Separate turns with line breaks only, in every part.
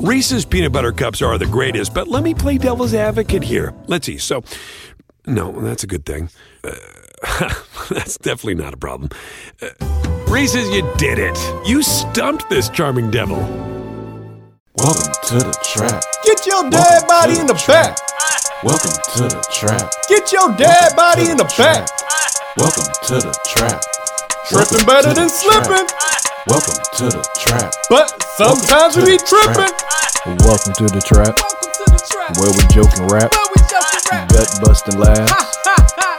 Reese's peanut butter cups are the greatest, but let me play devil's advocate here. Let's see. So, no, that's a good thing. Uh, that's definitely not a problem. Uh, Reese's, you did it. You stumped this charming devil.
Welcome to the trap.
Get your dead
Welcome
body
to
in the
the
back.
Welcome to the trap.
Get your dead body in the back.
Welcome to the trap.
Tripping
Welcome
better
to
than
the trap.
slipping,
Welcome to the trap.
but sometimes we be tripping.
Welcome to the
Welcome
trap,
to the trap.
where we joke and rap,
we just rap.
butt busting laughs,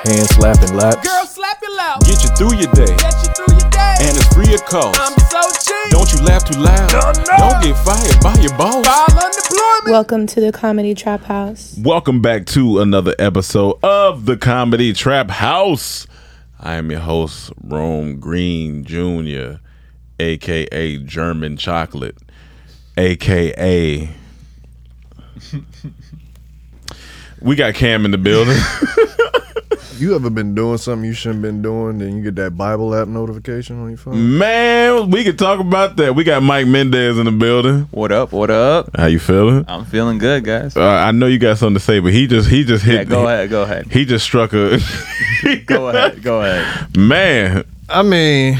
hand slapping laps.
slap it loud.
Get you through your day,
Get you through your day.
and it's free of cost.
Um,
so cheap.
Don't you laugh too loud.
no.
Don't get fired by your boss.
unemployment.
Welcome to the Comedy Trap House.
Welcome back to another episode of the Comedy Trap House. I am your host, Rome Green Jr., aka German Chocolate, aka. we got Cam in the building.
You ever been doing something you shouldn't been doing, then you get that Bible app notification on your phone?
Man, we could talk about that. We got Mike Mendez in the building.
What up? What up?
How you feeling?
I'm feeling good, guys.
Uh, I know you got something to say, but he just he just hit.
Yeah, go ahead. Go ahead.
He just struck a
Go ahead. Go ahead.
man.
I mean,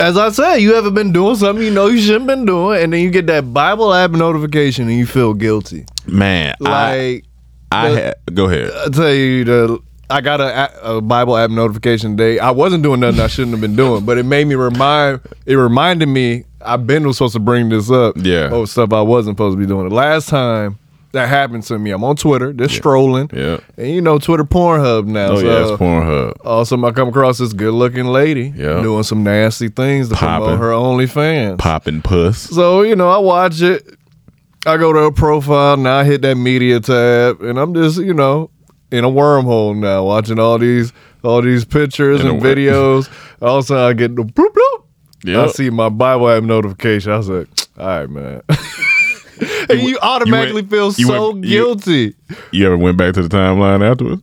as I said, you ever been doing something you know you shouldn't been doing, and then you get that Bible app notification and you feel guilty.
Man, I,
Like
I
the-
had go ahead.
I tell you, the I got a, a- a Bible app notification today. I wasn't doing nothing I shouldn't have been doing, but it made me remind. It reminded me I've been was supposed to bring this up.
Yeah.
oh stuff I wasn't supposed to be doing. The last time that happened to me, I'm on Twitter, just strolling.
Yeah.
and you know Twitter Pornhub now.
Oh
so
yeah, it's Pornhub.
Also, I come across this good-looking lady
Yeah.
doing some nasty things to
Popping.
promote her OnlyFans.
Popping puss.
So you know, I watch it. I go to her profile now. I hit that media tab, and I'm just you know in a wormhole now, watching all these all these pictures
In a
and
wor-
videos. also, I get the bloop bloop. I
Yep.
see my Bible app notification. I was like, all right, man. and you, automatically feel
you
so
went- you-
guilty.
You ever went back to the timeline afterwards?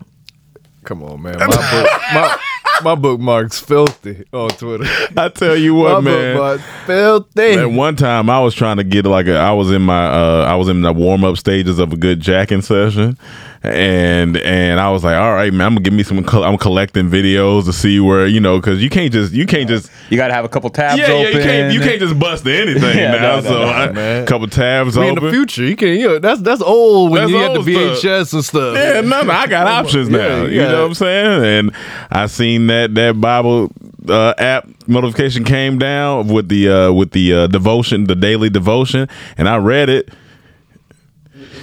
Come on, man. My, book, my, my bookmark's filthy on Twitter.
I tell you
My
what, man.
bookmark's filthy.
At one time, I was trying to get like a. I was in my. Uh, I was in the warm up stages of a good jacking session, and and I was like, all right, man, I'm gonna give me some. col- I'm collecting videos to see where you know, because you can't just you can't just
You gotta have a couple tabs
yeah, yeah
open.
you can't you can't just bust anything
Yeah,
now.
no, no,
so
no,
I-
man.
couple tabs
I mean,
open.
in the future, you can. You know, that's that's old when
That's
you had the
old stuff.
VHS and stuff.
Yeah, no, no, I got options
yeah,
now.
you
You
got-
know what I'm saying? And I seen that that Bible uh, app notification came down with the uh, with the uh, devotion, the daily devotion, and I read it.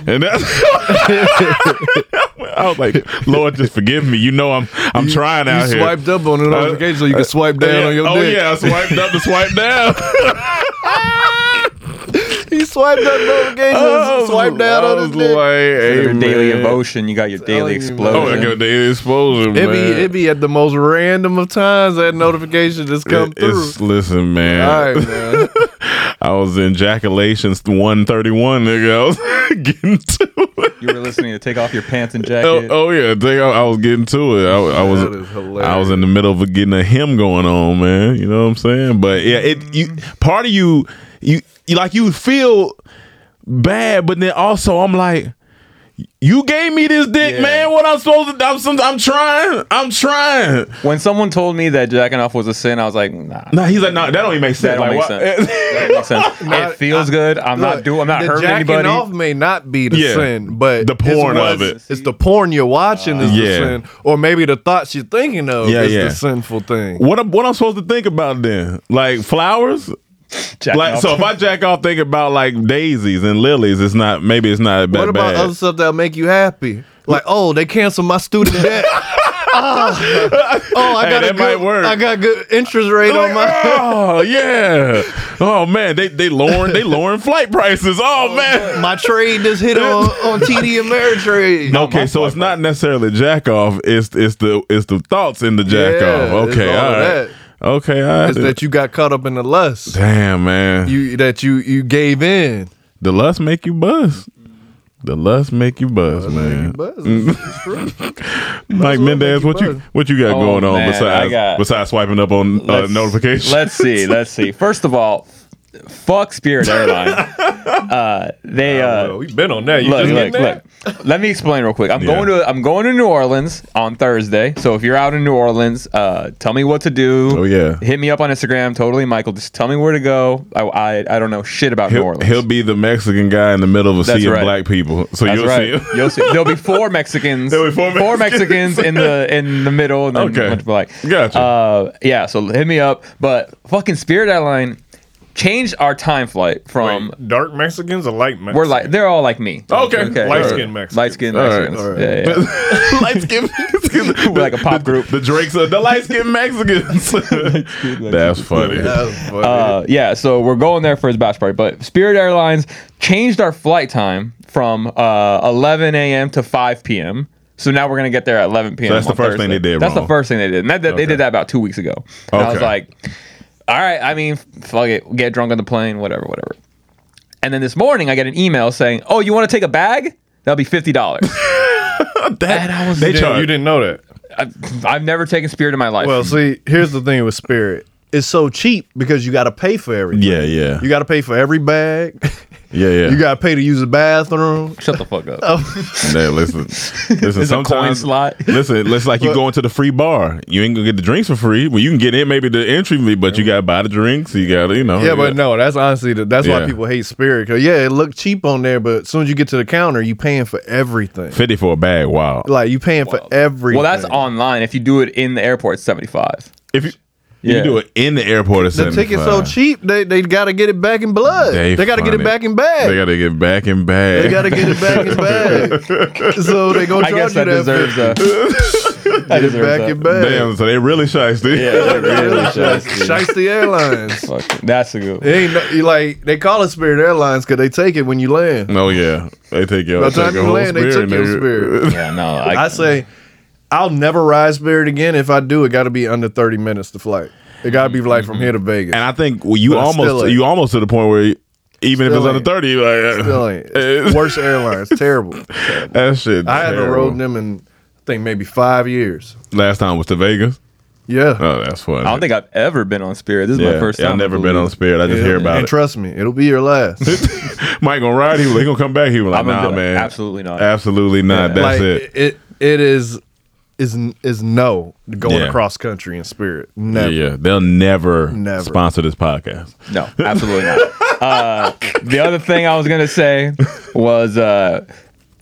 And that's I was like, Lord, just forgive me. You know I'm I'm trying
You
out here. Uh,
swiped up on the notification, so you can swipe down
Yeah.
on your
oh
dick.
yeah, I swiped up to swipe down.
He swiped up notifications,
I was-
swiped down
Oh, I
on his
was
dick.
like,
Your
hey,
daily
man.
emotion. You got your daily
you, man.
Oh, I
explosion.
got daily exposure,
It
man.
be it be at the most random of times that notification just come through.
It's, listen, man.
All right, man.
I was in Jaculations 131, nigga. I was getting to it.
you were listening to take off your pants and
Oh,
jacket.
oh yeah, dang, I, I was getting to it. I, I
That is
was,
hilarious.
I was in the middle of getting a hymn going on, man. You know what I'm saying? But yeah, it you part of you, you, you like you feel bad, but then also I'm like. You gave me this dick,
Yeah.
man. What I'm supposed to? I'm, some, I'm trying. I'm trying.
When someone told me that jacking off was a sin, I was like, Nah,
No, he's like, no, that don't even make sense.
that don't
like,
make
why-
sense. that don't make sense. it feels good. I'm not doing. I'm not
the
hurting
jacking
anybody.
off may not be the
Yeah.
sin, but
The
it's
porn
what-
of it. Uh,
It's the porn you're watching is
Yeah.
the sin, or maybe the thoughts you're thinking of
Yeah,
is
yeah.
the sinful thing.
What I'm, what I'm supposed to think about then? Like flowers?
Jacking
like
off.
so if I jack off think about like daisies and lilies, it's not maybe it's not that
What about
bad.
other stuff that'll make you happy? Like, oh, they canceled my student debt. Oh, I
Hey,
got a
that might
good,
work.
I got good interest rate on my.
oh yeah. Oh man, they they lowering they lowering flight prices. Oh man.
My trade just hit on on TD Ameritrade.
okay, so it's not necessarily jack off. It's it's the it's the thoughts in the jack
Yeah,
off.
it's
Okay,
all
all
of
right.
that.
Okay, all right.
It's that you got caught up in the lust.
Damn man,
You that you you gave in.
the lust make you buzz. The lust make you buzz, man.
Buzz,
Mm.
it's true.
Mike
what make
Mendez,
you
what you
buzz.
what you got
Oh,
going on
man, I
besides
got-
besides swiping up on uh,
Let's-
notifications?
Let's see. Let's see. First of all, fuck Spirit Airlines. Uh, they uh,
We've been on that. You
look,
just
look,
getting
look. Let me explain real quick. I'm
Yeah.
going to I'm going to New Orleans on Thursday. So if you're out in New Orleans, uh, tell me what to do.
Oh, yeah.
Hit me up on Instagram. Totally, Michael. Just tell me where to go. I I, I don't know shit about New
He'll,
Orleans.
he'll be the Mexican guy in the middle of a
That's
sea of
right.
black people. So
That's
you'll
right.
see him.
You'll see. There'll be four Mexicans.
There'll be four Mexicans.
Mexicans in the in the middle, and then
Okay.
a bunch of black.
Gotcha.
Uh, yeah. So hit me up. But fucking Spirit Airline changed our time flight from.
dark Mexicans or light Mexicans?
We're like they're all like me.
Okay.
Light-skinned Mexicans.
Light skinned
All right.
Mexicans.
All
Yeah, yeah, yeah.
light skinned Mexicans.
We're like a pop group.
The Drakes are the light skinned Mexicans. That's funny.
Uh, yeah, so we're going there for his bachelor party. But Spirit Airlines changed our flight time from uh, 11 a.m. to 5 p.m. So now we're gonna get there at 11 p.m.
So that's the
on
first thing
Thursday.
they did
That's
wrong.
the first thing they did. And that, that- They
Okay.
did that about two weeks ago. And I was
Okay.
like, all right, I mean, fuck it, get drunk on the plane, whatever, whatever. And then this morning, I get an email saying, "Oh, you want to take a bag? That'll be fifty dollars."
that, they
You didn't, you
charge.
didn't know that.
I've never taken Spirit in my life.
Well, see, here's the thing with Spirit.
It's so cheap because you got to pay for everything.
Yeah, yeah,
You got to pay for every bag.
yeah, yeah.
You got to pay to use the bathroom.
Shut the fuck up.
Hey, listen, listen.
It's a coin
sometimes,
slot.
listen, it's like you go into the free bar. You ain't gonna get the drinks for free. Well, you can get in maybe the entry fee, but you gotta buy the drinks. You gotta, you know.
Yeah, but no, that's honestly the, that's
Yeah.
why people hate Spirit. 'cause yeah, it looked cheap on there, but as soon as you get to the counter, you paying for everything.
fifty for a bag. Wow.
Like you paying for everything.
Well, that's online. If you do it in the airport, it's seventy five.
If you,
Yeah.
you do it in the airport, it's
the ticket's so
75.
cheap they they got to get it back in blood. They, got to get
funny.
it back in bag.
They gotta get back in bag.
They gotta get it back in bag. so they gonna
I guess
charge
that
you that.
deserves a. that
Get it back in bag.
Damn, so they really shiesty.
Yeah, that really shows.
Shiesty Airlines.
Fuck, That's a good.
It ain't no, you like they call it Spirit Airlines because they take it when you land.
Oh yeah, they take your.
By the
take
time
your
you
whole
land, they took your
nigga.
spirit.
Yeah, no, I,
I say, I'll never ride Spirit again. If I do, it got to be under thirty minutes to flight. It got to be like from here to Vegas.
And I think well, you
But it's still
almost
ain't.
you almost to the point where. you- Even if
Still
it's under
ain't.
thirty, you like uh,
Still ain't. It's worst airlines, terrible.
that shit.
I haven't
terrible.
rode them in, I think maybe five years.
Last time was to Vegas.
Yeah,
Oh, that's funny.
I don't think I've ever been on Spirit. This is
yeah,
my first
yeah,
time.
I've never
I
been on
believe.
Spirit. I just
Yeah.
hear about
and
it.
trust me, it'll be your last.
Mike gonna ride. He was like, he gonna come back. He was like,
I'm gonna
nah,
be like,
man,
absolutely not.
absolutely not.
like
That's it.
it, it is is is no going
Yeah.
across country in spirit.
Yeah,
Never.
yeah, they'll never,
Never.
sponsor this podcast.
No, absolutely not. Uh, the other thing I was gonna say was uh,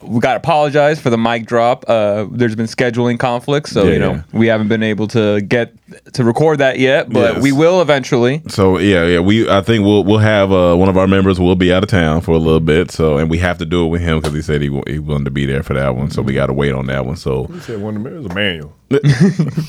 we got to apologize for the mic drop. Uh, there's been scheduling conflicts, so
Yeah,
you know
yeah.
we haven't been able to get to record that yet, but
Yes.
we will eventually.
So yeah, yeah, we I think we'll we'll have uh, one of our members will be out of town for a little bit. So and we have to do it with him because he said he wa- he wanted to be there for that one. So we got to wait on that one. So
You said one of them it was Emmanuel.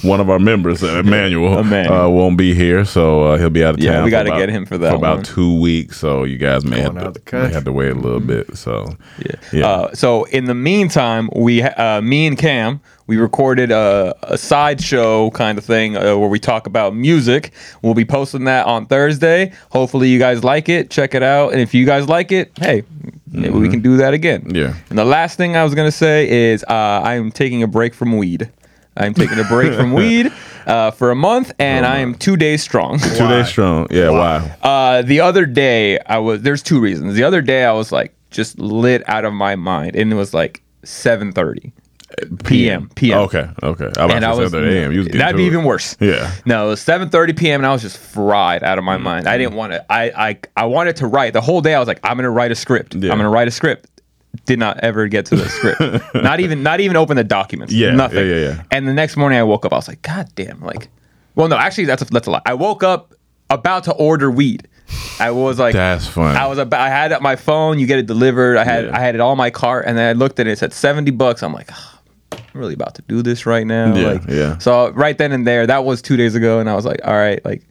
one of our members, uh, Emmanuel,
Emmanuel.
Uh, won't be here, so uh, he'll be out of
Yeah,
town.
we
got
gotta get him for that
about
one.
two weeks. So you guys may have
Going out
to,
the country.
may have to wait a little bit. So
Mm-hmm.
yeah,
Uh, so in the meantime, we ha- uh, me and Cam we recorded a, a sideshow kind of thing uh, where we talk about music. We'll be posting that on Thursday. Hopefully, you guys like it. Check it out, and if you guys like it, hey, maybe we can do that again.
Yeah.
And the last thing I was gonna say is uh, I am taking a break from weed. I'm taking a break from weed uh, for a month, and I am two days strong.
two days strong. Yeah, why?
Uh, the other day, I was there's two reasons. The other day, I was like just lit out of my mind, and it was like 7:30 p.m. p.m.
Okay, okay. I,
and I was
that. Damn, you was getting
that'd
to
be
it.
even worse.
Yeah. Mm-hmm.
No, it was 7:30 p.m. and I was just fried out of my mind. I didn't want to. I I I wanted to write the whole day. I was like, I'm gonna write a script.
Yeah.
I'm gonna write a script. Did not ever get to the script. not even not even open the documents.
Yeah,
Nothing.
yeah, yeah, yeah.
And the next morning I woke up. I was like, God damn. Like, well, no, actually that's a, that's a lie. I woke up about to order weed. I was like,
That's funny.
I was about. I had it on my phone. You get it delivered. I had
Yeah.
I had it all in my cart, and then I looked at it. It said seventy bucks. I'm like. "Ah, I'm really about to do this right now.
Yeah,
like,
yeah.
So right then and there, that was two days ago, and I was like, all right, like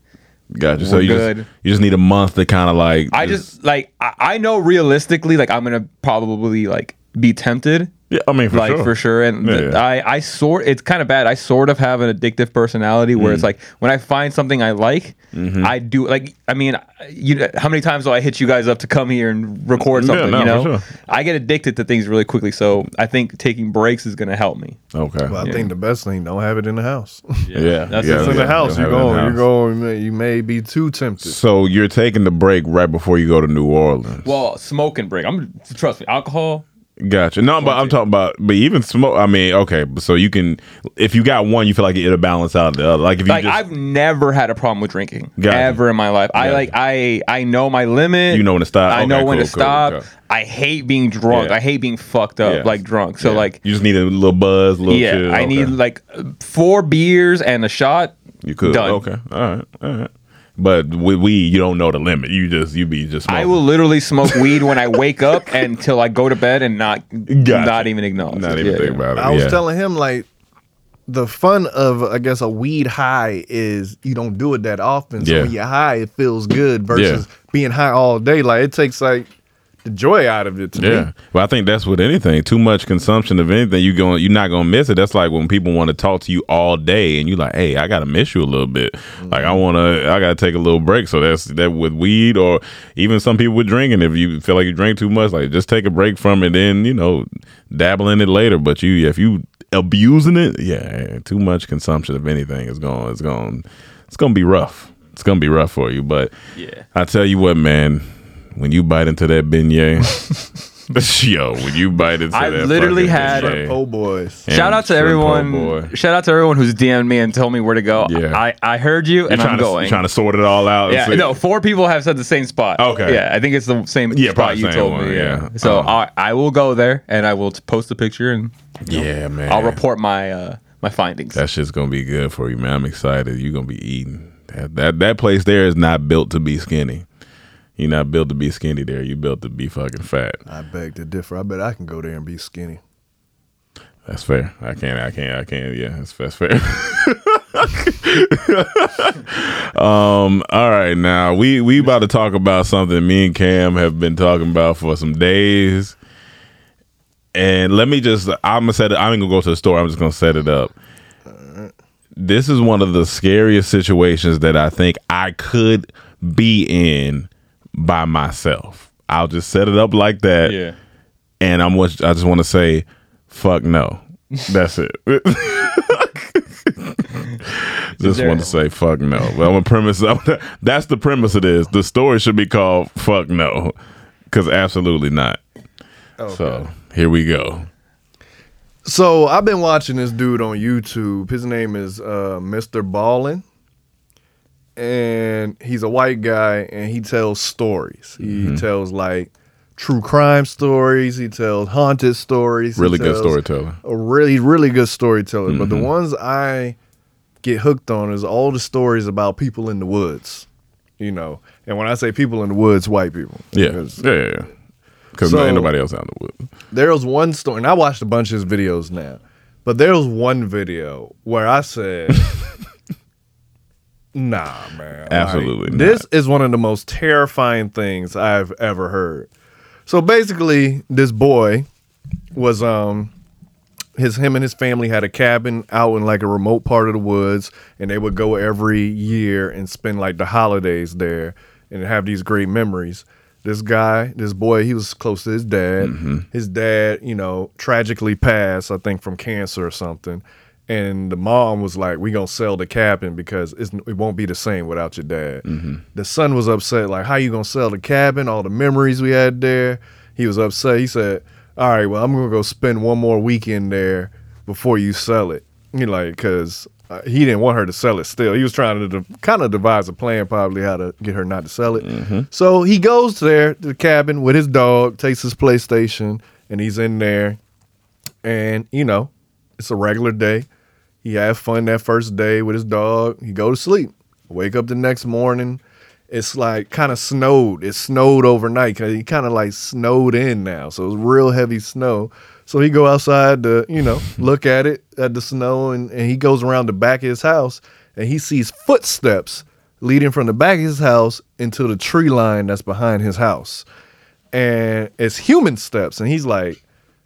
Gotcha. So
We're
you
good.
just you just need a month to kind of like.
I just like I, I know realistically, like I'm gonna probably like be tempted.
Yeah, I mean, for
like
sure.
for sure, and
Yeah,
th-
yeah.
I, I sort. It's kind of bad. I sort of have an addictive personality where
Mm.
it's like when I find something I like,
Mm-hmm.
I do. Like I mean, you how many times do I hit you guys up to come here and record
Yeah,
something?
no,
you
for
know,
sure.
I get addicted to things really quickly. So I think taking breaks is gonna help me.
Okay.
Well, I think the best thing don't have it in the house.
yeah. yeah.
That's
yeah,
it.
it's in
yeah,
the house.
yeah,
You
have
go.
it in the
You
house.
go. You may, you may be too tempted.
So you're taking the break right before you go to New Orleans.
Well, smoke and break. I'm trust me, alcohol.
Gotcha. No, but I'm talking about, but even smoke. I mean, okay. So you can, if you got one, you feel like it'll balance out the other. Like if you
like
just,
I've never had a problem with drinking
Gotcha.
ever in my life. I
Gotcha.
like I I know my limit.
You know when to stop.
I
Okay,
know when
cool,
to
cool,
stop.
okay.
I hate being drunk.
Yeah.
I hate being fucked up
Yeah.
like drunk. So
yeah.
like
you just need a little buzz, a little
yeah,
chill.
I need
Okay.
like four beers and a shot.
you could.
done.
Okay. All right. All right. But with weed, you don't know the limit. You just, you be just.
I
smoking.
will literally smoke weed when I wake up until I go to bed and not
Gotcha.
not even acknowledge.
Not
it.
even
Yeah,
think
yeah.
about it.
I was
yeah.
telling him like the fun of I guess a weed high is you don't do it that often. So
Yeah.
when you're high, it feels good versus
Yeah.
being high all day. Like it takes like the joy out of it to me.
Yeah, well, I think that's with anything. Too much consumption of anything, you going you're not gonna miss it. That's like when people want to talk to you all day, and you like, hey, I gotta miss you a little bit. Like I wanna, I gotta take a little break. So that's that with weed, or even some people with drinking. If you feel like you drink too much, like just take a break from it, then you know, dabble in it later. But you, if you abusing it, yeah, too much consumption of anything is going, it's going, it's gonna be rough. It's gonna be rough for you. But
Yeah.
I tell you what, man. When you bite into that beignet, Yo, when you bite into
I
that
literally
fucking
had-
thing,
Oh boys.
and
Shout out to
shrimp,
everyone.
oh boy.
Shout out to everyone who's DM'd me and told me where to go.
Yeah.
I, I heard you
You're
and
trying
I'm
to
going.
trying to sort it all out.
Yeah,
It's-
no, four people have said the same spot.
Okay.
Yeah, I think it's the same
Yeah,
spot
probably
you
same
told
one,
me. Yeah.
yeah.
So
Um,
I, I will go there and I will t- post a picture and
yeah, man.
I'll report my uh, my findings.
That shit's gonna be good for you, man. I'm excited. You're gonna be eating. That that that place there is not built to be skinny. You're not built to be skinny there. You're built to be fucking fat.
I beg to differ. I bet I can go there and be skinny.
That's fair. I can't. I can't. I can't. Yeah, that's, that's fair. um. All right. Now we we about to talk about something me and Cam have been talking about for some days. And let me just. I'm gonna set it. I'm gonna go to the store. I'm just gonna set it up. This is one of the scariest situations that I think I could be in by myself. I'll just set it up like that
yeah.
and I'm what I just want to say, fuck no. That's it. just want to say fuck no. Well, I'm a premise. that's the premise of this. The story should be called fuck no, because absolutely not. So here we go.
So I've been watching this dude on YouTube. His name is uh, Mr. Ballin, and he's a white guy, and he tells stories. He
Mm-hmm.
tells like true crime stories. He tells haunted stories. He
Really good
tells
storyteller. Mm-hmm.
A really, really good storyteller. But the ones I get hooked on is all the stories about people in the woods. You know, and when I say people in the woods, white people.
Yeah,
'Cause
yeah, yeah. Because
So-
ain't nobody else out in the woods.
there was one story, and I watched a bunch of his videos now, but there was one video where I said, "Nah, man, like,
Absolutely not.
this is one of the most terrifying things I've ever heard." So basically, this boy was um his him and his family had a cabin out in like a remote part of the woods and they would go every year and spend like the holidays there and have these great memories this guy this boy he was close to his dad his dad you know tragically passed i think from cancer or something and the mom was like we gonna sell the cabin because it's, it won't be the same without your dad the son was upset like how you gonna sell the cabin all the memories we had there he was upset he said all right, well, I'm gonna go spend one more weekend there before you sell it. You know, like, cause uh, he didn't want her to sell it. Still, he was trying to de- kind of devise a plan, probably how to get her not to sell it. So he goes there to the cabin with his dog, takes his PlayStation, and he's in there. And you know, it's a regular day. He had fun that first day with his dog. He go to sleep. Wake up the next morning. It's like kind of snowed. It snowed overnight. 'cause He kind of like snowed in now, so it's real heavy snow. So he go outside to, you know, look at it, at the snow, and, and he goes around the back of his house and he sees footsteps leading from the back of his house into the tree line that's behind his house. And it's human steps. And he's like,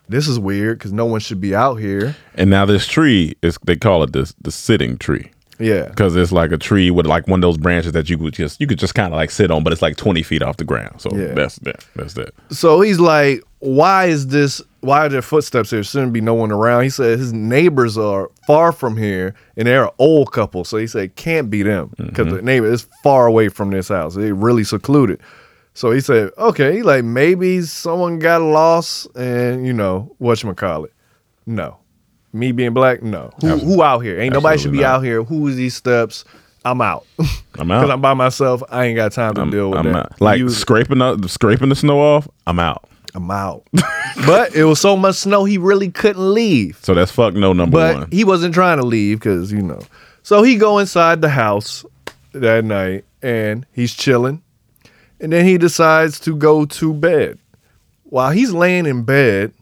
this is weird because no one should be out here.
And now this tree is they call it this the sitting tree.
Yeah.
Because it's like a tree with like one of those branches that you could just you could just kind of like sit on, but it's like twenty feet off the ground. So
Yeah.
that's that. That's that.
So he's like, why is this? Why are there footsteps here? Shouldn't be no one around. He said his neighbors are far from here, and they're an old couple. So he said can't be them
Mm-hmm.
because the neighbor is far away from this house. They really secluded. So he said, okay, like maybe someone got lost, and you know what you call it. No, me being black, no. Who, who out here? Ain't nobody should
Absolutely
be
not.
out here. Who is these steps? I'm out
I'm
because
out.
I'm by myself. I ain't got time to deal with
I'm
that.
out. Like
You-
scraping up, scraping the snow off. I'm out.
I'm out. but it was so much snow he really couldn't leave.
So that's fuck no number
But
one.
he wasn't trying to leave because you know. So he go inside the house that night and he's chilling, and then he decides to go to bed. While he's laying in bed,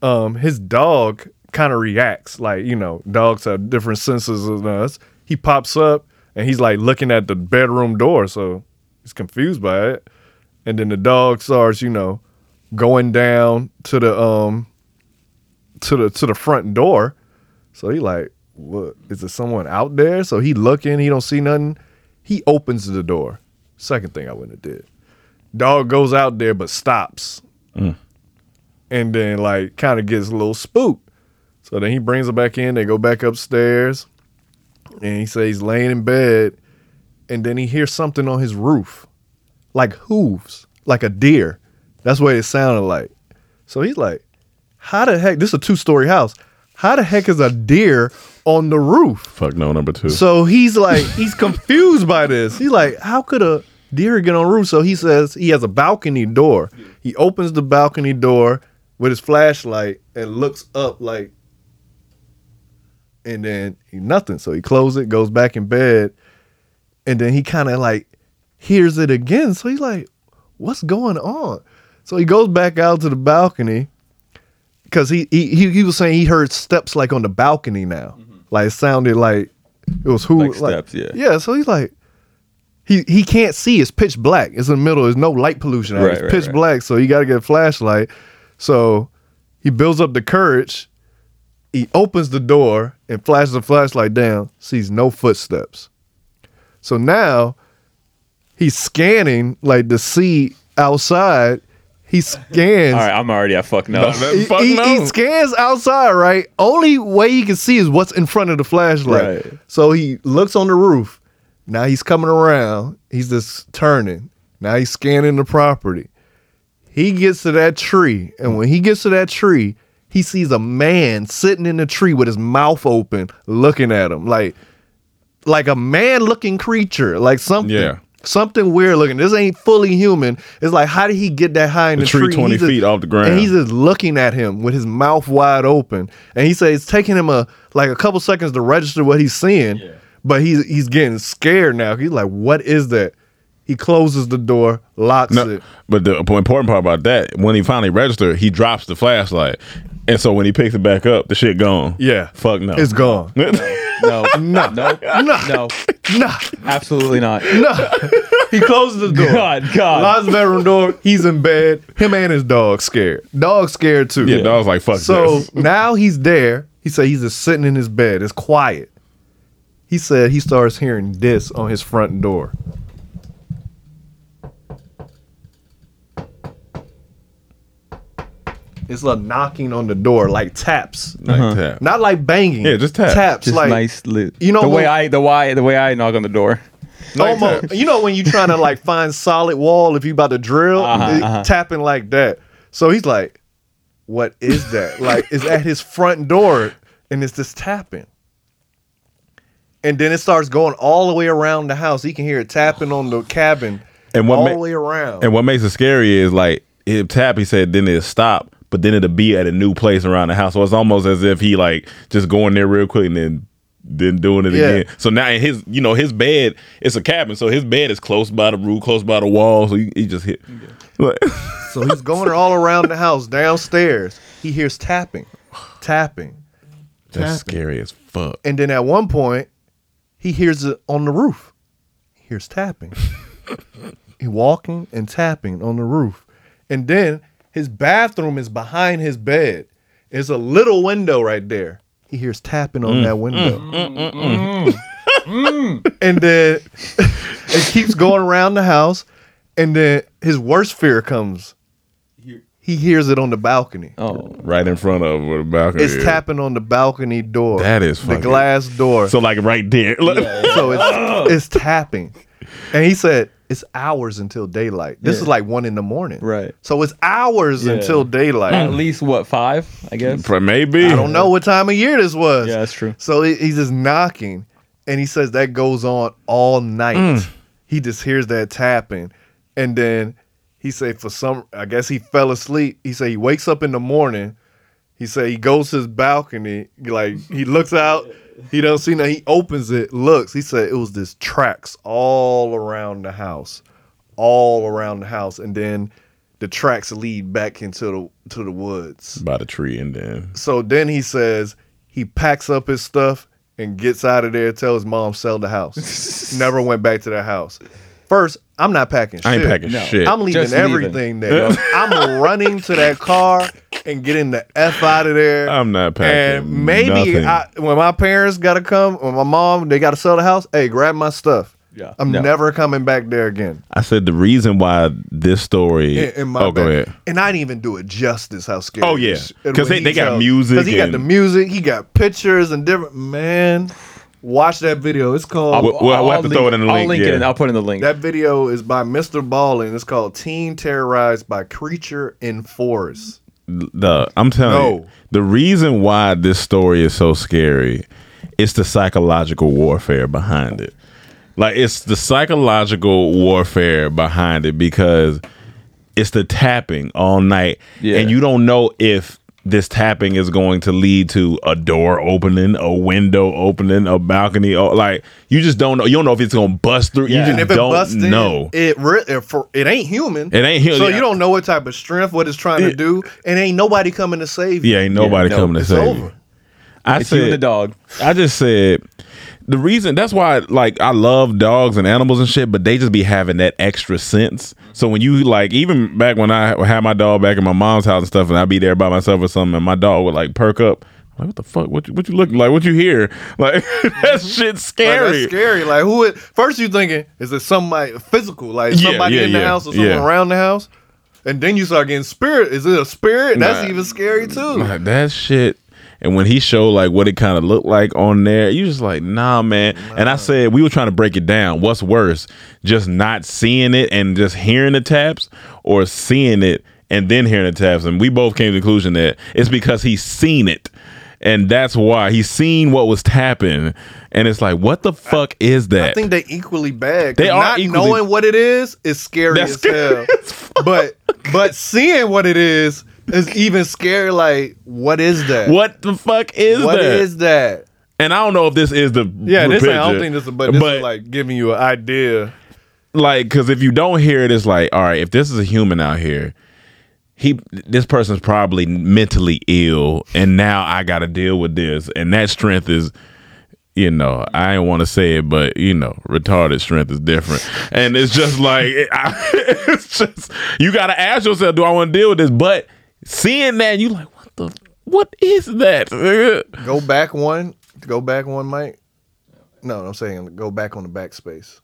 um, his dog kind of reacts like you know dogs have different senses than us. He pops up and he's like looking at the bedroom door, so he's confused by it. And then the dog starts, you know, going down to the um to the to the front door. So he like, what is there someone out there? So he looking, he don't see nothing. He opens the door. Second thing I wouldn't have did. Dog goes out there but stops. And then like kind of gets a little spooked. So then he brings her back in, they go back upstairs, and he says he's laying in bed, and then he hears something on his roof. Like hooves, like a deer. That's what it sounded like. So he's like, how the heck? This is a two story house. How the heck is a deer on the roof?
fuck no number two.
So he's like, he's confused by this. He's like, how could a deer get on the roof? So he says he has a balcony door. He opens the balcony door with his flashlight and looks up like, and then he, nothing. So he closes it, goes back in bed, and then he kind of like hears it again. So he's like, what's going on? So he goes back out to the balcony because he, he he he was saying he heard steps like on the balcony now, like it sounded like it was who
Mm-hmm. Like steps, yeah.
yeah. So he's like, he he can't see. It's pitch black. It's in the middle. There's no light pollution. out.
Right,
it's
right,
pitch
right.
black. So you got to get a flashlight. So he builds up the courage. He opens the door and flashes the flashlight down. Sees no footsteps. So now he's scanning like to see outside. He scans.
All right, I'm already at fuck no.
He,
fuck
he-
no.
he scans outside, right? Only way he can see is what's in front of the flashlight.
Right.
So he looks on the roof. Now he's coming around. He's just turning. Now he's scanning the property. He gets to that tree, and when he gets to that tree, he sees a man sitting in the tree with his mouth open, looking at him like, like a man-looking creature, like something,
Yeah.
something weird looking. This ain't fully human. It's like, how did he get that high in
The
the,
tree 20
He's just-
feet off the ground.
And he's just looking at him with his mouth wide open. And he says it's taking him a like a couple seconds to register what he's seeing. But he's he's getting scared now. He's like, what is that? He closes the door, locks
No,
it.
but the important part about that, when he finally registered, he drops the flashlight, and so when he picks it back up, the shit gone.
Yeah.
fuck no.
It's gone.
No, no, no, no,
Nah.
absolutely not.
He closes the door.
God, God.
Locks the bedroom door. He's in bed. Him and his dog scared. Dog scared too.
yeah, I was like, fuck
So
this.
now he's there. He said he's just sitting in his bed. It's quiet. He said he starts hearing this on his front door. It's like knocking on the door, like taps,
Like that.
not like banging.
Yeah, just tap.
Taps,
Just
like
nice, li-
you know
the way
when-
I, the why, the way I knock on the door.
almost. uh, You know when you trying to like find solid wall if you about to drill,
Uh-huh,
it- tapping like that. So he's like, "What is that?" like it's at his front door, and it's just tapping. And then it starts going all the way around the house. He can hear it tapping on the cabin,
And what
all
ma-
the way around.
And what makes it scary is like it tap. He said then it stop, but then it'll be at a new place around the house. So it's almost as if he like just going there real quick and then then doing it
Yeah.
again. So now in his you know his bed it's a cabin, so his bed is close by the roof, close by the wall. So he, he just hit. Like,
So he's going all around the house, downstairs. He hears tapping, tapping,
that's scary as fuck.
and then at one point, he hears it on the roof. He hears tapping. he walking and tapping on the roof, and then his bathroom is behind his bed. There's a little window right there. He hears tapping
Mm.
on that window. and then it keeps going around the house, and then his worst fear comes. He hears it on the balcony.
Oh,
Right in front of where the balcony.
It's
is.
tapping on the balcony door.
That is
the
fucking-
glass door.
So like right there.
So it's it's tapping. And he said, It's hours until daylight. This is like one in the morning.
Right.
So it's hours
Yeah.
until daylight.
at least what five? I guess.
Maybe.
I don't know what time of year this was.
Yeah, that's true.
So he- he's just knocking, and he says that goes on all night. He just hears that tapping, and then he said for some, I guess he fell asleep. He said he wakes up in the morning. He said he goes to his balcony, like he looks out. He don't see nothing. He opens it, looks. He said it was this tracks all around the house, all around the house, and then the tracks lead back into the to the woods.
By the tree and then.
So then he says he packs up his stuff and gets out of there. Tells his mom sell the house. Never went back to that house. First, I'm not packing.
I ain't
shit.
packing shit.
I'm leaving
Just leaving.
everything there. I'm running to that car and getting the f out of there.
I'm not packing
And maybe
nothing.
I, when my parents gotta come, when my mom they gotta sell the house. Hey, grab my stuff.
Yeah.
I'm
No.
never coming back there again.
I said the reason why this story.
in, in my
oh, go
bed.
ahead.
And I didn't even do it justice how scary.
Oh, yeah. 'Cause they- they got music
Because he got
and-
the music, he got pictures and different. Man, watch that video. It's called
Well, we'll have to throw it in the
I'll
link,
link
yeah.
it. In, I'll put it in the link.
that video is by Mr. Ball and it's called "Teen Terrorized by Creature in Forest."
the I'm telling you,
No.
the reason why this story is so scary is the psychological warfare behind it. Like it's the psychological warfare behind it because it's the tapping all night,
Yeah.
and you don't know if this tapping is going to lead to a door opening, a window opening, a balcony. Or, like you just don't know. You don't know if it's going to bust through.
Yeah.
You
And
just
if it
don't
busts in,
know.
it re- it, for, it ain't human.
It ain't human.
So you don't know what type of strength what it's trying to do, and ain't nobody coming to save you.
yeah, ain't nobody
no,
coming to
it's
save
over.
you. I
it's you and the dog.
I just said the reason that's why like I love dogs and animals and shit, but they just be having that extra sense. So when you like even back when I had my dog back in my mom's house and stuff, and I'd be there by myself or something, and my dog would like perk up. Like what the fuck? What you, what you looking like? What you hear? Like that shit's
Like,
scary.
that's scary. Like who? It, first you thinking is it somebody physical, like
Yeah,
somebody
yeah,
in the
yeah,
house or someone
yeah.
around the house, and then you start getting spirit. Is it a spirit? That's
Nah.
even scary too.
Like that shit. And when he showed like what it kind of looked like on there, you just like, nah, man. And I said we were trying to break it down. What's worse, just not seeing it and just hearing the taps, or seeing it and then hearing the taps? And we both came to the conclusion that it's because he's seen it, and that's why he's seen what was tapping. And it's like, what the fuck is that?
I think they equally bad. 'cause
They are
not
equally-
knowing what it is is scary
That's
as
scary
hell. but but seeing what it is is even scary. Like what is that?
what the fuck is
What
that?
is that?
and I don't know if this is the
Yeah, this ain't- I
picture,
don't think this is, but this is like giving you an idea.
like because if you don't hear it it's like all right if this is a human out here he this person's probably mentally ill and now i gotta deal with this and that strength is you know i ain't want to say it but you know retarded strength is different and it's just like it- I- it's just you gotta ask yourself do i want to deal with this but seeing that you like what the what is that
Go back one. Go back one, Mike. No, I'm saying go back on the backspace.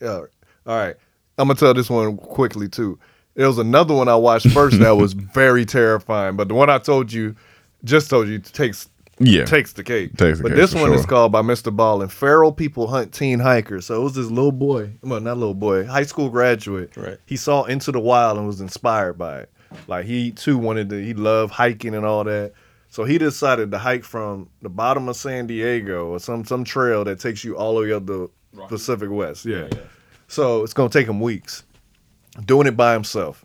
Yeah. All right. I'm gonna tell this one quickly too. There was another one I watched first that was very terrifying, but the one I told you, just told you, takes
Yeah.
takes the cake.
Takes the
but
cake
this
for
one is
sure.
called by Mr. Ball and Feral People Hunt Teen Hikers. So it was this little boy, well, not little boy, high school graduate.
Right.
He saw Into the Wild and was inspired by it. Like he too wanted to, he loved hiking and all that. So he decided to hike from the bottom of San Diego or some some trail that takes you all the way up the Pacific West. Yeah. So it's gonna take him weeks. Doing it by himself.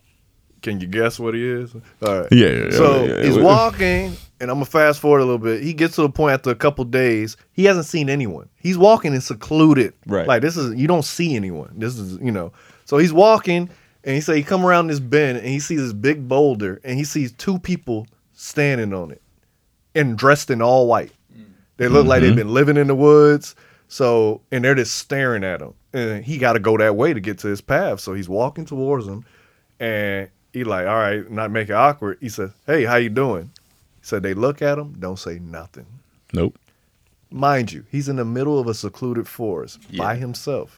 Can you guess what he is? All right.
Yeah, yeah, yeah,
so
yeah, yeah.
he's walking, and I'm gonna fast forward a little bit. He gets to the point after a couple days, he hasn't seen anyone. He's walking and secluded.
Right.
Like this is you don't see anyone. This is you know. So he's walking And he said he come around this bend and he sees this big boulder and he sees two people standing on it and dressed in all white. They look like they've been living in the woods. So and they're just staring at him. And he gotta go that way to get to his path. So he's walking towards them and he like, all right, not make it awkward. He says, Hey, how you doing? He said they look at him, don't say nothing.
Nope.
Mind you, he's in the middle of a secluded forest by himself.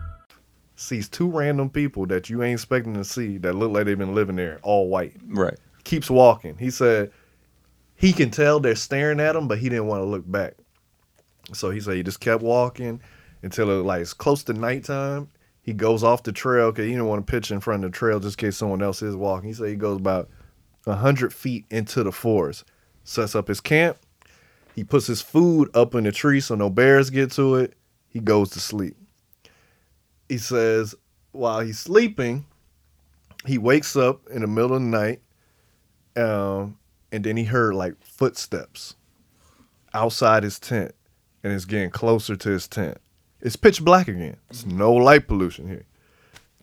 sees two random people that you ain't expecting to see that look like they've been living there, all white.
Right.
Keeps walking. He said he can tell they're staring at him, but he didn't want to look back. So he said he just kept walking until it like it's close to nighttime. He goes off the trail because he didn't want to pitch in front of the trail just in case someone else is walking. He said he goes about hundred feet into the forest, sets up his camp. He puts his food up in the tree so no bears get to it. He goes to sleep he says while he's sleeping, he wakes up in the middle of the night, um, and then he heard like footsteps outside his tent, and it's getting closer to his tent. It's pitch black again. It's no light pollution here.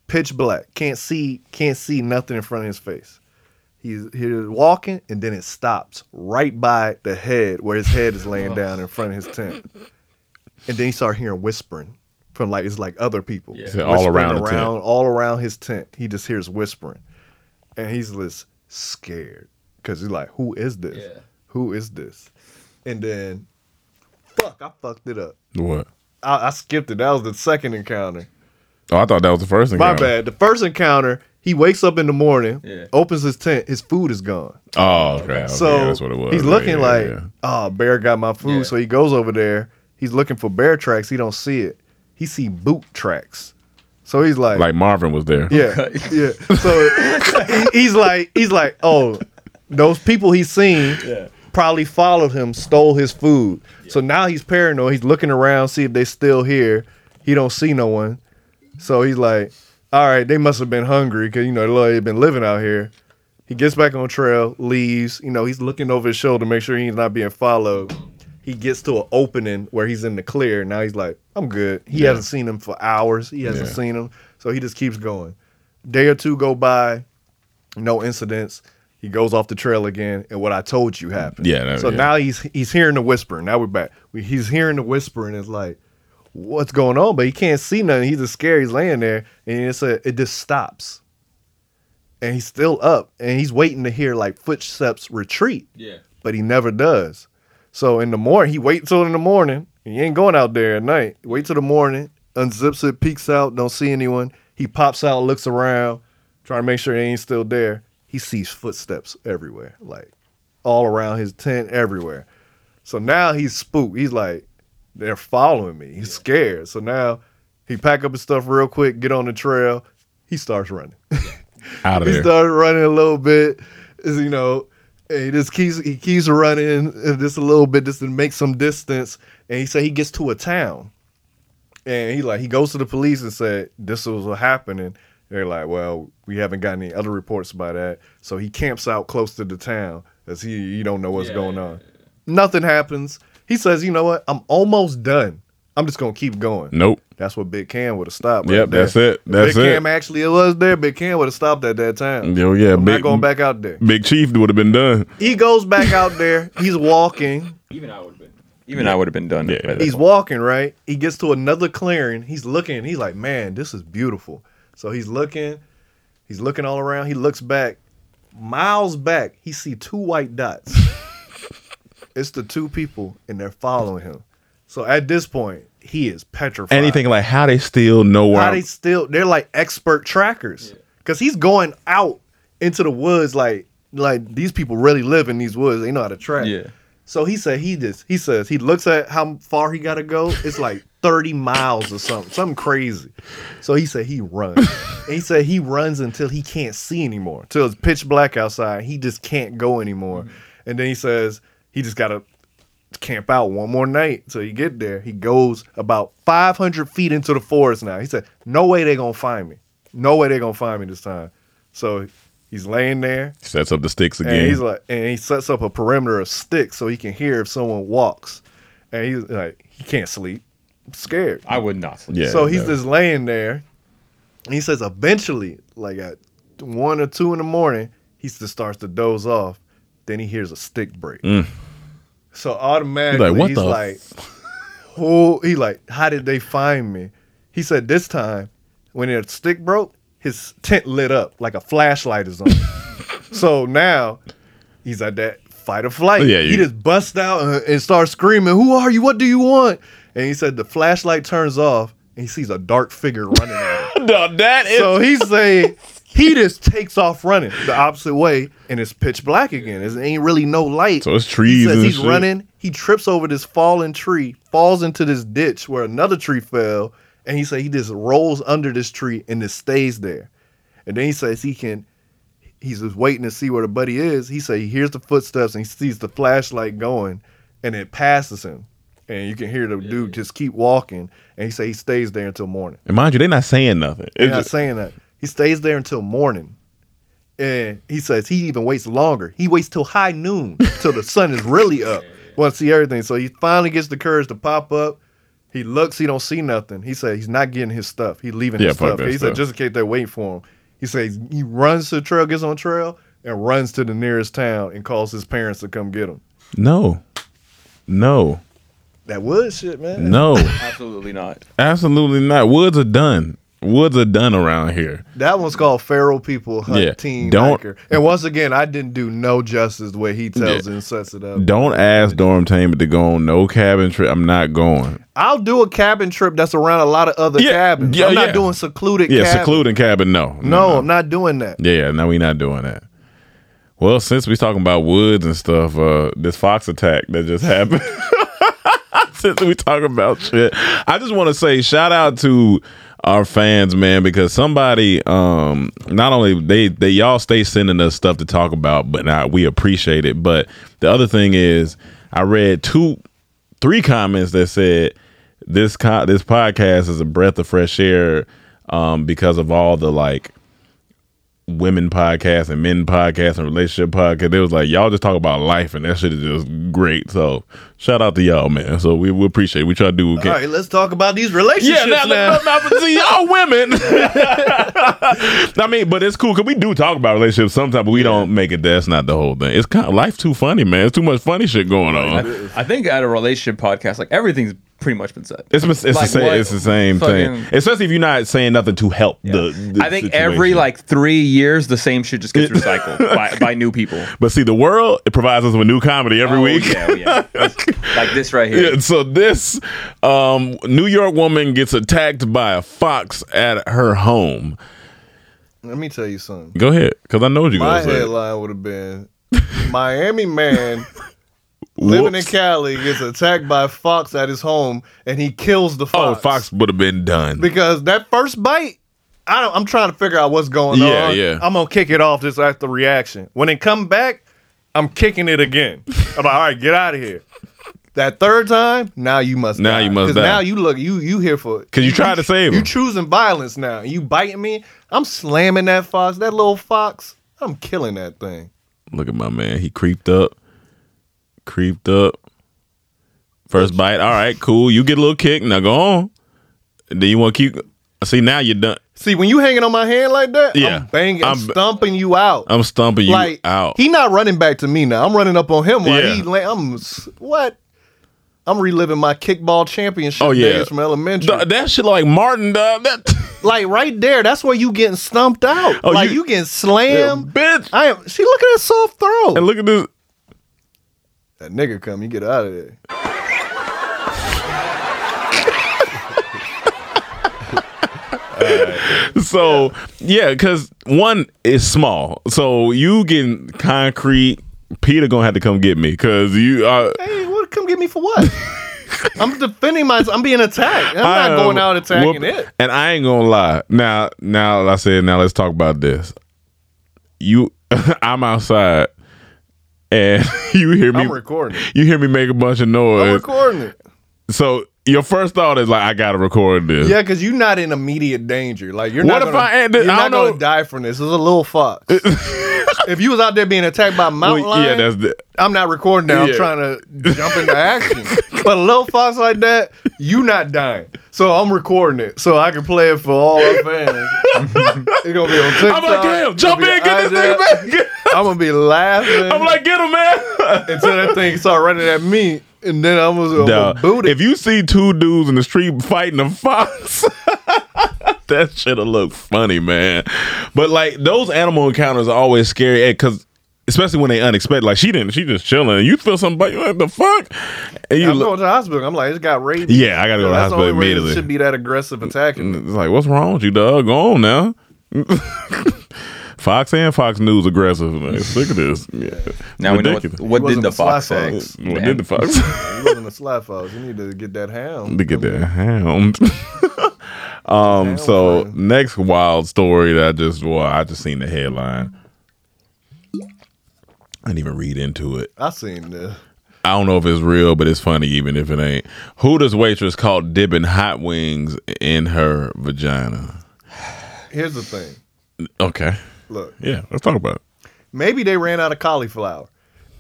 Pitch black. Can't see. Can't see nothing in front of his face. He's he's walking, and then it stops right by the head where his head is laying down in front of his tent, and then he started hearing whispering from like it's like other people
Yeah, all
Whispering
around the tent.
all around his tent. He just hears whispering, and he's just scared because he's like, "Who is this?
Yeah.
Who is this?" And then, fuck, I fucked it up.
What?
I, I skipped it. That was the second encounter.
Oh, I thought that was the first thing.
My bad. The first encounter, he wakes up in the morning,
Yeah.
opens his tent, his food is gone.
Oh, okay. okay,
So
that's what it was.
he's
Yeah,
looking
yeah,
like,
yeah.
oh, bear got my food.
Yeah.
So he goes over there. He's looking for bear tracks. He don't see it. He see boot tracks. So he's like,
like Marvin was there.
yeah, yeah. So he- he's like, he's like, oh, those people he's seen probably followed him, stole his food. So now he's paranoid. He's looking around, see if they still here. He don't see no one. So he's like, all right, they must have been hungry because you know they look- they've been living out here. He gets back on trail, leaves. You know, he's looking over his shoulder, make sure he's not being followed. He gets to an opening where he's in the clear. Now he's like, I'm good. He hasn't seen him for hours. He hasn't
Yeah.
seen him. So he just keeps going. Day or two go by, no incidents. He goes off the trail again, and what I told you happened.
Yeah, that-
so
yeah.
now he's he's hearing the whispering. Now we're back. We- He's hearing the whispering. It's like, what's going on? But he can't see nothing. He's just scared. He's laying there, and it's a, it just stops. and he's still up and he's waiting to hear like footsteps retreat.
Yeah.
But he never does. So in the morning, he waits till in the morning. He ain't going out there at night. Wait till the morning, unzips it, peeks out, don't see anyone. He pops out, looks around, trying to make sure they ain't still there. He sees footsteps everywhere, like all around his tent, everywhere. So now he's spooked. He's like, they're following me. He's scared. So now he pack up his stuff real quick, get on the trail. He starts running.
Out of
he
there.
starts running a little bit, is, you know, and he just keeps he keeps running uh, just a little bit, just to make some distance. And he said he gets to a town, and he like he goes to the police and said this was what happened. And they're like, well, we haven't got any other reports by that. So he camps out close to the town, as he you don't know what's going on. Nothing happens. He says, you know what? I'm almost done. I'm just gonna keep going.
Nope.
That's what Big Cam would have stopped.
Yep,
there.
that's it.
If
That's
Big
it.
Cam actually was there. Big Cam would have stopped at that time.
Yo, yeah,
I'm
Big-
not going back out there.
Big Chief would have been done.
He goes back out there. He's walking.
Even I would have been. Even I would have been done. by that
He's
point.
walking, right? He gets to another clearing. He's looking. He's like, man, this is beautiful. So he's looking. He's looking all around. He looks back. Miles back, he see two white dots. it's the two people, and they're following him. So at this point, he is petrified.
Anything like how they still know where
How
I'm-
they still? They're like expert trackers because he's going out into the woods like like these people really live in these woods. They know how to track.
Yeah.
So he said he just he says he looks at how far he gotta go. It's like thirty miles or something, something crazy. So he said he runs. and he said he runs until he can't see anymore, till it's pitch black outside. He just can't go anymore.
Mm-hmm.
And then he says he just gotta camp out one more night till you get there. He goes about 500 feet into the forest now. He said, No way they going to find me. No way they going to find me this time. So he's laying there
sets up the sticks
and he's
again.
like, and he sets up a perimeter of sticks so he can hear if someone walks. And he's like, He can't sleep. I'm scared.
I would not. Sleep.
Yeah,
so he's
no.
just laying there. And he says, Eventually, like at one or two in the morning, he just starts to doze off. Then he hears a stick break.
Mm.
So automatically,
He's like, "What
he's
the
like, who? He like, how did they find me? He said this time, when their stick broke, his tent lit up like a flashlight is on. so now he's at that fight or flight.
Yeah,
he
you-
just busts out and, and starts screaming, "Who are you? What do you want?" And he said the flashlight turns off, and he sees a dark figure running at him
no, that is
so he's saying he just takes off running the opposite way, and it's pitch black again. There ain't really no light.
So it's trees
He says
and
he's
shit.
running. He trips over this fallen tree, falls into this ditch where another tree fell, and he said he just rolls under this tree and just stays there. And then he says he can. He's just waiting to see where the buddy is. He say he hears the footsteps and he sees the flashlight going, and it passes him, and you can hear the dude just keep walking. And he say he stays there until morning.
and mind you, they're not saying nothing.
They're
It's
not
just-
saying that. He stays there until morning. And he says he even waits longer. He waits till high noon, till the sun is really up. Wants to see everything. So he finally gets the courage to pop up. He looks, he don't see nothing. He said he's not getting his stuff. He leaving
Yeah,
his
fuck
stuff.
that
He
stuff.
said just in case they're waiting for him. He says he runs to the trail, gets on trail, and runs to the nearest town and calls his parents to come get him.
no, no,
That wood shit, man.
no.
Absolutely not.
Absolutely not. Woods are done. Woods are done around here.
That one's called Feral People Hunt
Yeah,
Team
don't-
Hiker. And once again, I didn't do no justice the way he tells
Yeah.
it and sets it up.
Don't ask Dormtainment to go on no cabin trip. I'm not going.
I'll do a cabin trip that's around a lot of other
Yeah,
cabins.
yeah,
I'm not
yeah.
doing secluded
Yeah,
cabin.
secluding cabin. No,
No, I'm not doing that.
Yeah, yeah, no, we not doing that. Well, since we talking about woods and stuff, uh, this fox attack that just happened. since we talking about shit, I just want to say shout out to our fans, man, because somebody, um, not only they they y'all stay sending us stuff to talk about, but now we appreciate it. But the other thing is, I read two, three comments that said this co- this podcast is a breath of fresh air um, because of all the like women podcasts and men podcasts and relationship podcast. They was like, y'all just talk about life and that shit is just great. So shout out to y'all, man. So we, we appreciate it. We try to do what we
All
can.
right, let's talk about these relationships
Yeah,
now.
now, now, now, but see, y'all women. I mean, but it's cool because we do talk about relationships sometimes, but we don't make it. That's not the whole thing. It's kind of life too funny, man. It's too much funny shit going on.
I think at a relationship podcast, like everything's pretty much been said.
It's it's,
Like,
the,
what
same, it's the same thing,
fucking-
especially if you're not saying nothing to help the, the
I think
situation.
every like three years, the same shit just gets recycled by, by new people.
But see, the world it provides us with new comedy every week.
Yeah, oh, yeah. like this right here.
Yeah, so this um, New York woman gets attacked by a fox at her home.
Let me tell you something.
Go ahead, because I know what you
My
guys say.
headline would have been Miami man living in
Whoops.
Cali gets attacked by a fox at his home and he kills the
Oh,
fox.
fox would have been done.
Because that first bite, I don't I'm trying to figure out what's going
Yeah,
on.
yeah.
I'm gonna kick it off just after reaction. When it come back, I'm kicking it again. I'm like, all right, get out of here. That third time, now you must
Now
die.
you must
'Cause
die.
Now you look you you here for it.
Because you tried to save
You
him.
choosing violence now. You biting me. I'm slamming that fox. That little fox. I'm killing that thing.
Look at my man. He creeped up. Creeped up. First bite. All right, cool. You get a little kick. Now go on. Then you want to keep. See, now you're done.
See, when you hanging on my hand like that,
Yeah.
I'm banging, I'm,
I'm-
stumping you out.
I'm stumping you
like
out.
he not running back to me now. I'm running up on him while
Yeah.
he. La- I'm s- what? I'm reliving my kickball championship
Oh, yeah.
days from elementary.
Th- that shit like Martin. Dog, that
like right there, that's where you getting stumped out.
Oh,
like
you-
you, getting slammed.
bitch.
I am. She look at that soft throw.
And look at this.
that nigga come. You get out of there.
so yeah, because one is small, so you getting concrete. Peter gonna have to come get me because you. Uh,
Hey, what? Come get me for what? I'm defending myself. I'm being attacked. I'm
I,
not
uh,
going out attacking
whoop-
it.
And I ain't gonna lie. Now, now I said, now let's talk about this. You, I'm outside, and you hear me.
I'm recording.
You hear me make a bunch of noise.
I'm recording it.
so your first thought is like, I gotta record this.
Yeah, because you're not in immediate danger. Like you're
What
not.
if
gonna,
I ain't-
You're
I
not
don't
gonna
know-
die from this. It's a little fox. if you was out there being attacked by a mountain
Well, yeah,
lion,
that's the-
I'm not recording now.
Yeah.
I'm trying to jump into action. but a little fox like that, you not dying. So I'm recording it so I can play it for all our fans. it's gonna be on TikTok.
I'm like, damn, jump in, get this thing back.
I'm gonna be laughing
I'm like, get him, man.
until that thing start running at me, and then I'm gonna, I'm
Duh.
gonna boot it.
If you see two dudes in the street fighting a fox, that shit'll look funny, man. But like those animal encounters are always scary because. Especially when they unexpected, like she didn't, she just chilling. You feel something, but you like, the fuck? And you
I'm
look,
going to the hospital. I'm like, it's got rabies.
yeah, I gotta go to the
That's the
hospital
only way it
immediately. Mm.
should be that aggressive attacking.
It's like, what's wrong with you, dog? Go on now. Fox and Fox News aggressive. Man. Sick of this. Yeah.
Now
Ridiculous.
we know what, what did
wasn't
the
a
fox
fly
say.
fox.
What did the Fox?
You wasn't a sly fox. You need to get that hound.
to get that hound. um. So next wild story that I just well, I just seen the headline. I didn't even read into it.
I seen the
I don't know if it's real, but it's funny even if it ain't. Hooters waitress caught dipping hot wings in her vagina.
Here's the thing.
Okay.
Look,
Yeah, let's talk about it.
maybe they ran out of cauliflower,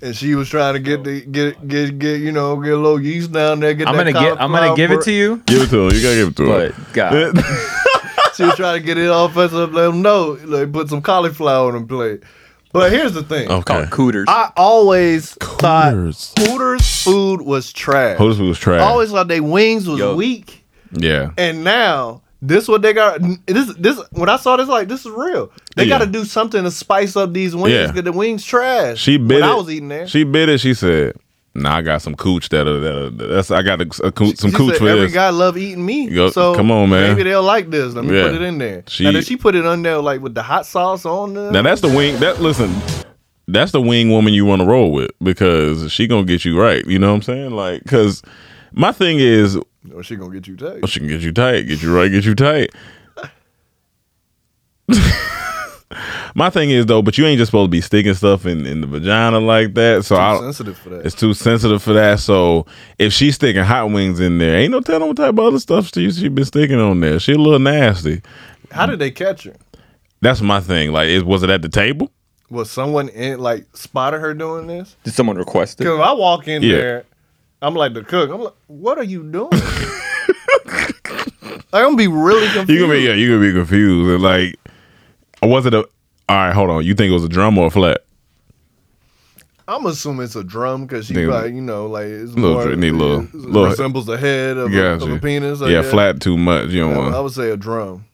and she was trying to get the get get get you know get a little yeast down there. Get
I'm
that
gonna get. I'm gonna
cauliflower
give
bur-
it to you.
Give it to her. You gotta give it to her.
But God,
She was trying to get it off us up. Let them know. Like put some cauliflower on the plate. But here's the thing.
call
Okay.
it cooters.
Ah.
I always
Hooters.
thought Hooters food was trash.
Hooters was trash.
I always thought they wings was
Yo.
weak.
yeah.
And now this what they got. This this when I saw this, like this is real. They
Yeah.
got to do something to spice up these wings
Yeah.
because the wings trash.
She bit
when
it.
I was eating there.
She bit it. She said, "Nah, I got some cooch that that that's I got a, a coo- some
She
cooch
said,
for
Every
this."
guy love eating meat.
Yo,
so
come on, man.
Maybe they'll like this. Let me
Yeah.
put it in there.
She-
now did she put it on there like with the hot sauce on there?
Now that's the wing. That listen, that's the wing woman you want to roll with because she gonna get you right. You know what I'm saying? Like, cause my thing is oh,
or she gonna get you tight.
she can get you tight, get you right, get you tight. my thing is though, but you ain't just supposed to be sticking stuff in, in the vagina like that. So I
Too sensitive for that.
It's too sensitive for that. So if she's sticking hot wings in there, ain't no telling what type of other stuff she she been sticking on there. She a little nasty.
How did they catch her?
That's my thing. Like, it, was it at the table?
Was someone in like spotted her doing this?
Did someone request it?
Because I walk in
Yeah.
there, I'm like the cook. I'm like, what are you doing? like, I'm gonna be really confused.
You gonna be yeah, you gonna be confused. And like, was it a? All right, hold on. You think it was a drum or a flat?
I'm assuming it's a drum because she probably, you know, like it's
Little
more,
dr- need little-
it
little-
resembles the head of, a,
Gotcha.
of a penis. I
yeah,
guess.
flat too much. You don't
Yeah,
want.
I would say a drum.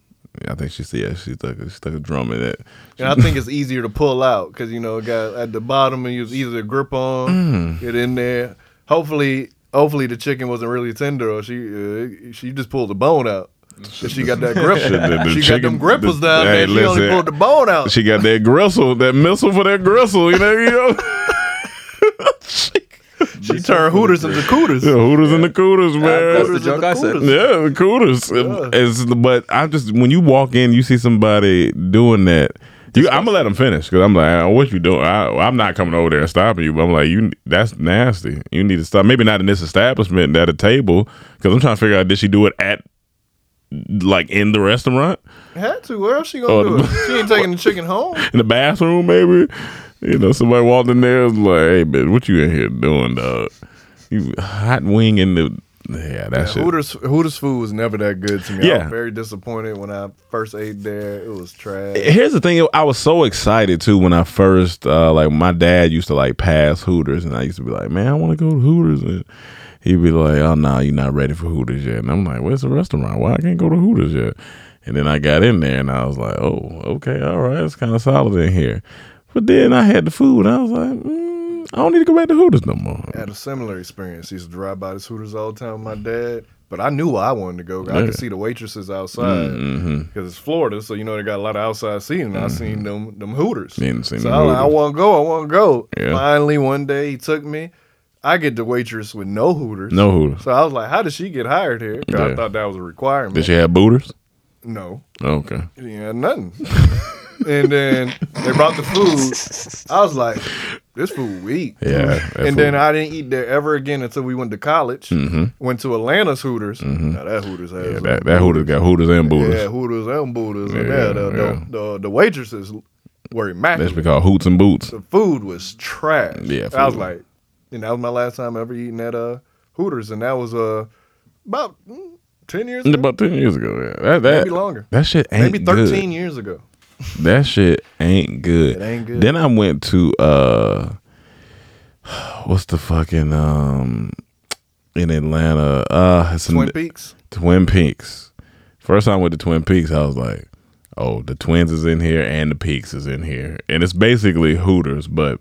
I think she said yeah, she stuck she stuck a drum in it.
And I think it's easier to pull out because you know, it got at the bottom and you easier to grip on,
Mm.
get in there. Hopefully, hopefully the chicken wasn't really tender, or she uh, she just pulled the bone out. If she got that grip,
Shit, the- the
she got
chicken-
them grippers
the-
down
hey,
there. She only
listen.
pulled the bone out.
She got that gristle, that missile for that gristle. You know, you know.
She turned hooters into cooters.
Yeah, hooters and the cooters, man.
That's the joke I said.
Yeah, the cooters. It's- but I just when you walk in, you see somebody doing that. You, I'm gonna let them finish because I'm like, "Ah, what you doing? I, I'm not coming over there and stopping you. But I'm like, you, that's nasty. You need to stop. Maybe not in this establishment at a table because I'm trying to figure out did she do it at like in the restaurant
Had to. Where else she gonna
Oh,
do
the-
it? She ain't taking the chicken home.
in the bathroom maybe. You know, somebody walked in there and was like, hey, bitch, what you in here doing, dog? You hot wing in the yeah, that shit.
Hooters, Hooters food was never that good to me. I
Yeah.
was very disappointed when I first ate there. It was trash.
Here's the thing. I was so excited too when I first uh, like my dad used to like pass Hooters, and I used to be like, "Man, I want to go to Hooters," and he'd be like, "Oh no, you're not ready for Hooters yet." And I'm like, "Where's the restaurant? Why I can't go to Hooters yet?" And then I got in there, and I was like, "Oh, okay, all right, it's kind of solid in here." But then I had the food, and I was like, mm, "I don't need to go back to Hooters no more."
I had a similar experience. He used to drive by the Hooters all the time with my dad, but I knew where I wanted to go. I
Yeah.
could see the waitresses outside because
Mhm.
it's Florida, so you know they got a lot of outside seating. I
Mm-hmm.
seen them them Hooters.
Didn't see
So
no
I, was like, I
Hooters.
want to go. I want to go.
Yeah.
Finally, one day he took me. I get the waitress with no Hooters.
No Hooters.
So I was like, how did she get hired here? 'Cause I
Yeah.
thought that was a requirement.
Did she have booters?
No.
Okay.
You ain't had nothing. and then they brought the food. I was like, this food weak.
Yeah, that
And
food-
then I didn't eat there ever again until we went to college.
Mhm.
Went to Atlanta's Hooters. Now that Hooters has
Mm-hmm. Yeah, that, that Hooters got Hooters and booters.
Yeah, Hooters and Buddhas. and
Yeah,
yeah, the, the-
yeah.
The, the waitresses were
That's
immaculate.
because hoots and boots.
The food was trash.
Yeah,
I was
food.
like, and that was my last time ever eating at uh, Hooters, and that was uh, about mm, ten years. ago.
About ten years ago, yeah. That, that,
Mm-hmm. Maybe longer.
That shit ain't
Maybe thirteen
good.
years ago.
That shit ain't good.
It ain't good.
Then I went to uh, what's the fucking um, in Atlanta? Uh, it's in-
Twin Peaks?
Twin Peaks. First time I went to Twin Peaks, I was like, oh, the Twins is in here and the Peaks is in here, and it's basically Hooters, but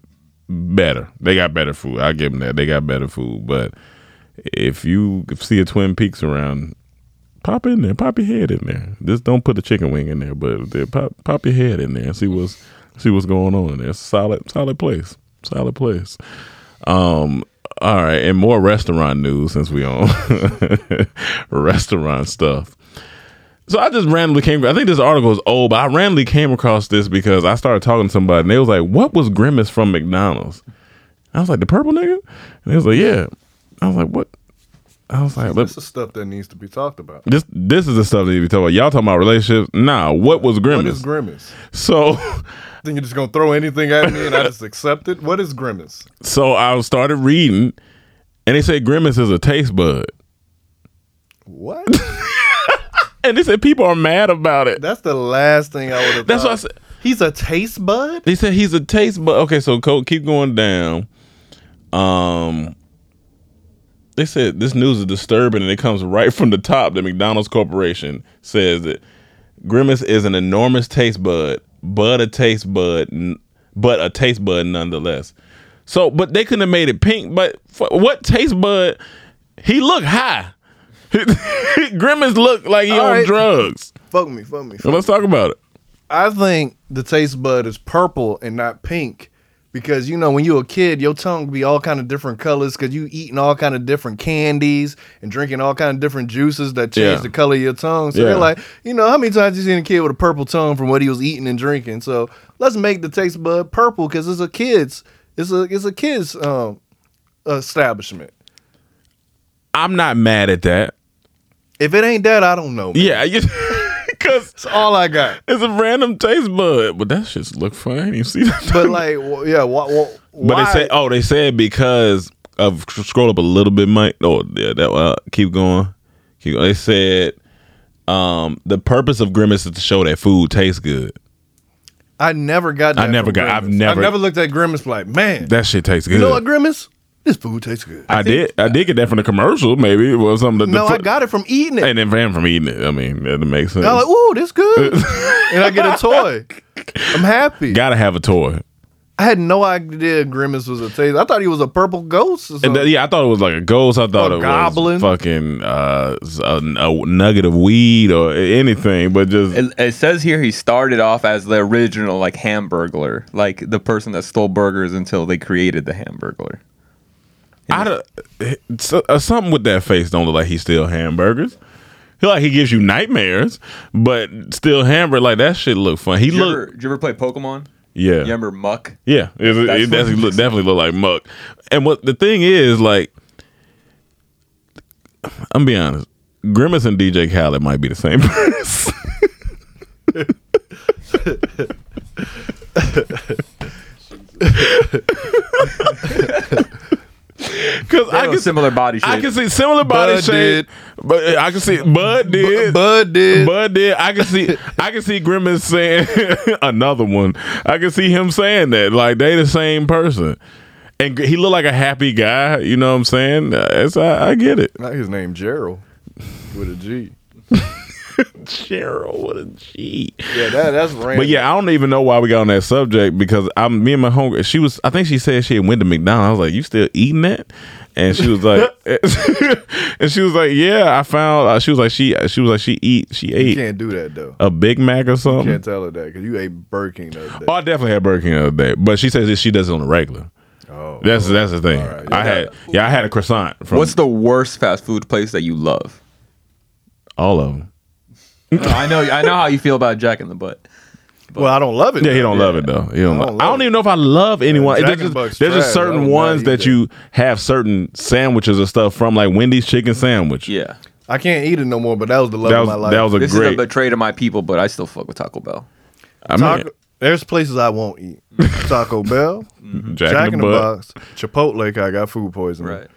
better. They got better food. I give them that. They got better food, but if you see a Twin Peaks around, pop in there, pop your head in there. Just don't put a chicken wing in there, but there- pop pop your head in there and see what's see what's going on in there. It's a solid solid place, solid place. Um, all right, and more restaurant news since we on restaurant stuff. So I just randomly came. I think this article is old, but I randomly came across this because I started talking to somebody, and they was like, "What was Grimace from McDonald's?" I was like, "The purple nigga," and they was like, "Yeah." I was like, "What?" I was like, "Let-
That's the stuff that needs to be talked about.
this this is the stuff that you be talking about. Y'all talking about relationships? Nah. What was grimace?
What is grimace?
so
Then you're just gonna throw anything at me and I just accept it. What is grimace?
so I started reading, and they say grimace is a taste bud,
What?
and they said people are mad about it.
That's the last thing I would have.
That's
thought.
what I said.
He's a taste bud.
They said he's a taste bud. Okay, so Cole, keep going down. Um, they said this news is disturbing, and it comes right from the top. The McDonald's Corporation says that Grimace is an enormous taste bud, but a taste bud, n- but a taste bud nonetheless. So, but they couldn't have made it pink. But for, what taste bud? He looked high. Grimace looked like he
All
on
right.
drugs.
Fuck me, fuck me.
So let's talk about it.
I think the taste bud is purple and not pink because you know when you a kid, your tongue be all kind of different colors because you eating all kind of different candies and drinking all kind of different juices that change
Yeah.
the color of your tongue. So
Yeah.
they're like, you know, how many times you seen a kid with a purple tongue from what he was eating and drinking? So let's make the taste bud purple because it's a kid's, it's a it's a kid's um, establishment.
I'm not mad at that.
If it ain't that, I don't know. Man.
Yeah, because
That's all I got.
It's a random taste bud, but that shit look fine. You see that?
But like, wh- yeah, wh- wh-
But
why-
they say, oh, they said because of scroll up a little bit, Mike. Oh, yeah, that uh, keep going. Keep going. They said um, the purpose of grimace is to show that food tastes good.
I never got.
I never got. I've never.
I never looked at Grimace like, man,
that shit tastes good.
You know what, Grimace? This food tastes good.
I, I think, did. I did get that from the commercial, maybe or well, something.
no, I got it from eating it,
and then from, from eating it. I mean, that makes sense.
I'm like, ooh, this good, and I get a toy. I'm happy.
Gotta have a toy.
I had no idea Grimace was a taser. I thought he was a purple ghost.
Th- yeah, I thought it was like a ghost. I thought
a
it
goblin.
was fucking uh, a, a, nugget of weed or anything, but just
it, it, says here he started off as the original like Hamburglar, like the person that stole burgers until they created the Hamburglar.
I uh, something with that face don't look like he steal hamburgers. He like he gives you nightmares, but still hamburger like that shit look fun. He
did
look.
You ever, did you ever play Pokemon?
Yeah. You
remember Muck?
Yeah. It, it, it definitely, look, definitely look like Muck. And what the thing is, like, I'm being honest, Grimace and DJ Khaled might be the same person. Because I can
similar body shape. I
can see similar body Bud shape, did. but I can see Bud did.
B- Bud did.
Bud did. I can see. I can see Grimace saying another one. I can see him saying that like they the same person, and he looked like a happy guy. You know what I'm saying? Uh, It's, I, I get it.
Not his name Gerald with a G.
Cheryl, what a G.
Yeah, that, that's random.
But yeah, I don't even know why we got on that subject because I'm me and my homegirl. She was, I think she said she went to McDonald's. I was like, "You still eating that?" And she was like, and she was like, "Yeah, I found." Uh, she was like, she she was like, she eat she ate.
You can't do that though.
A Big Mac or something.
You can't tell her that because you ate Burger King the other day.
Oh, I definitely had Burger King the other day, but she says that she does it on the regular. Oh, that's that's the thing. Right. I had yeah, I had a croissant. From,
What's the worst fast food place that you love?
All of them.
no, I know I know how you feel about Jack in the Butt.
But well, I don't love it.
Yeah, though. he don't yeah. love it though. He don't. I don't, I don't even know if I love anyone. Yeah, there's, just, there's trash, just, certain ones that you have certain sandwiches or stuff from, like Wendy's chicken sandwich.
Yeah,
I can't eat it no more. But that was the love
that was,
of my life.
That was a
this
great
is a betray to my people, but I still fuck with Taco Bell.
I mean, Taco,
there's places I won't eat. Taco Bell, mm-hmm. Jack, Jack, in the, the Box, Chipotle. I got food poisoning.
Right.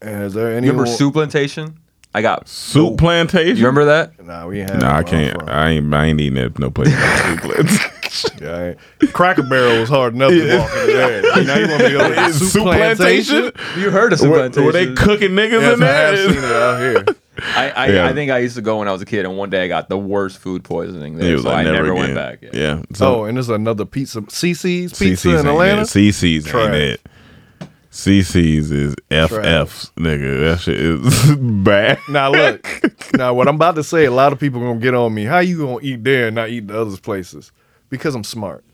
And is there any?
Remember Soup Plantation? I got
soup plantation.
You remember that?
Nah, we have.
Nah, I can't. I ain't. I ain't eating at no place. soup plantation.
yeah, Cracker Barrel was hard enough to walk in there. Now you want me to go to soup, soup plantation? plantation?
You heard of soup
were,
plantation?
Were they cooking niggas yeah, in there?
I've seen it out here.
I I, yeah. I, think I used to go when I was a kid, and one day I got the worst food poisoning there, so like I never, again. went back.
Yeah. yeah.
So, oh, and there's another pizza, CC's pizza CC's in Atlanta.
CC's ain't it. CC's is FF's, nigga. That shit is bad.
Now look, now what I'm about to say, a lot of people are gonna get on me. How you gonna eat there and not eat the other places? Because I'm smart.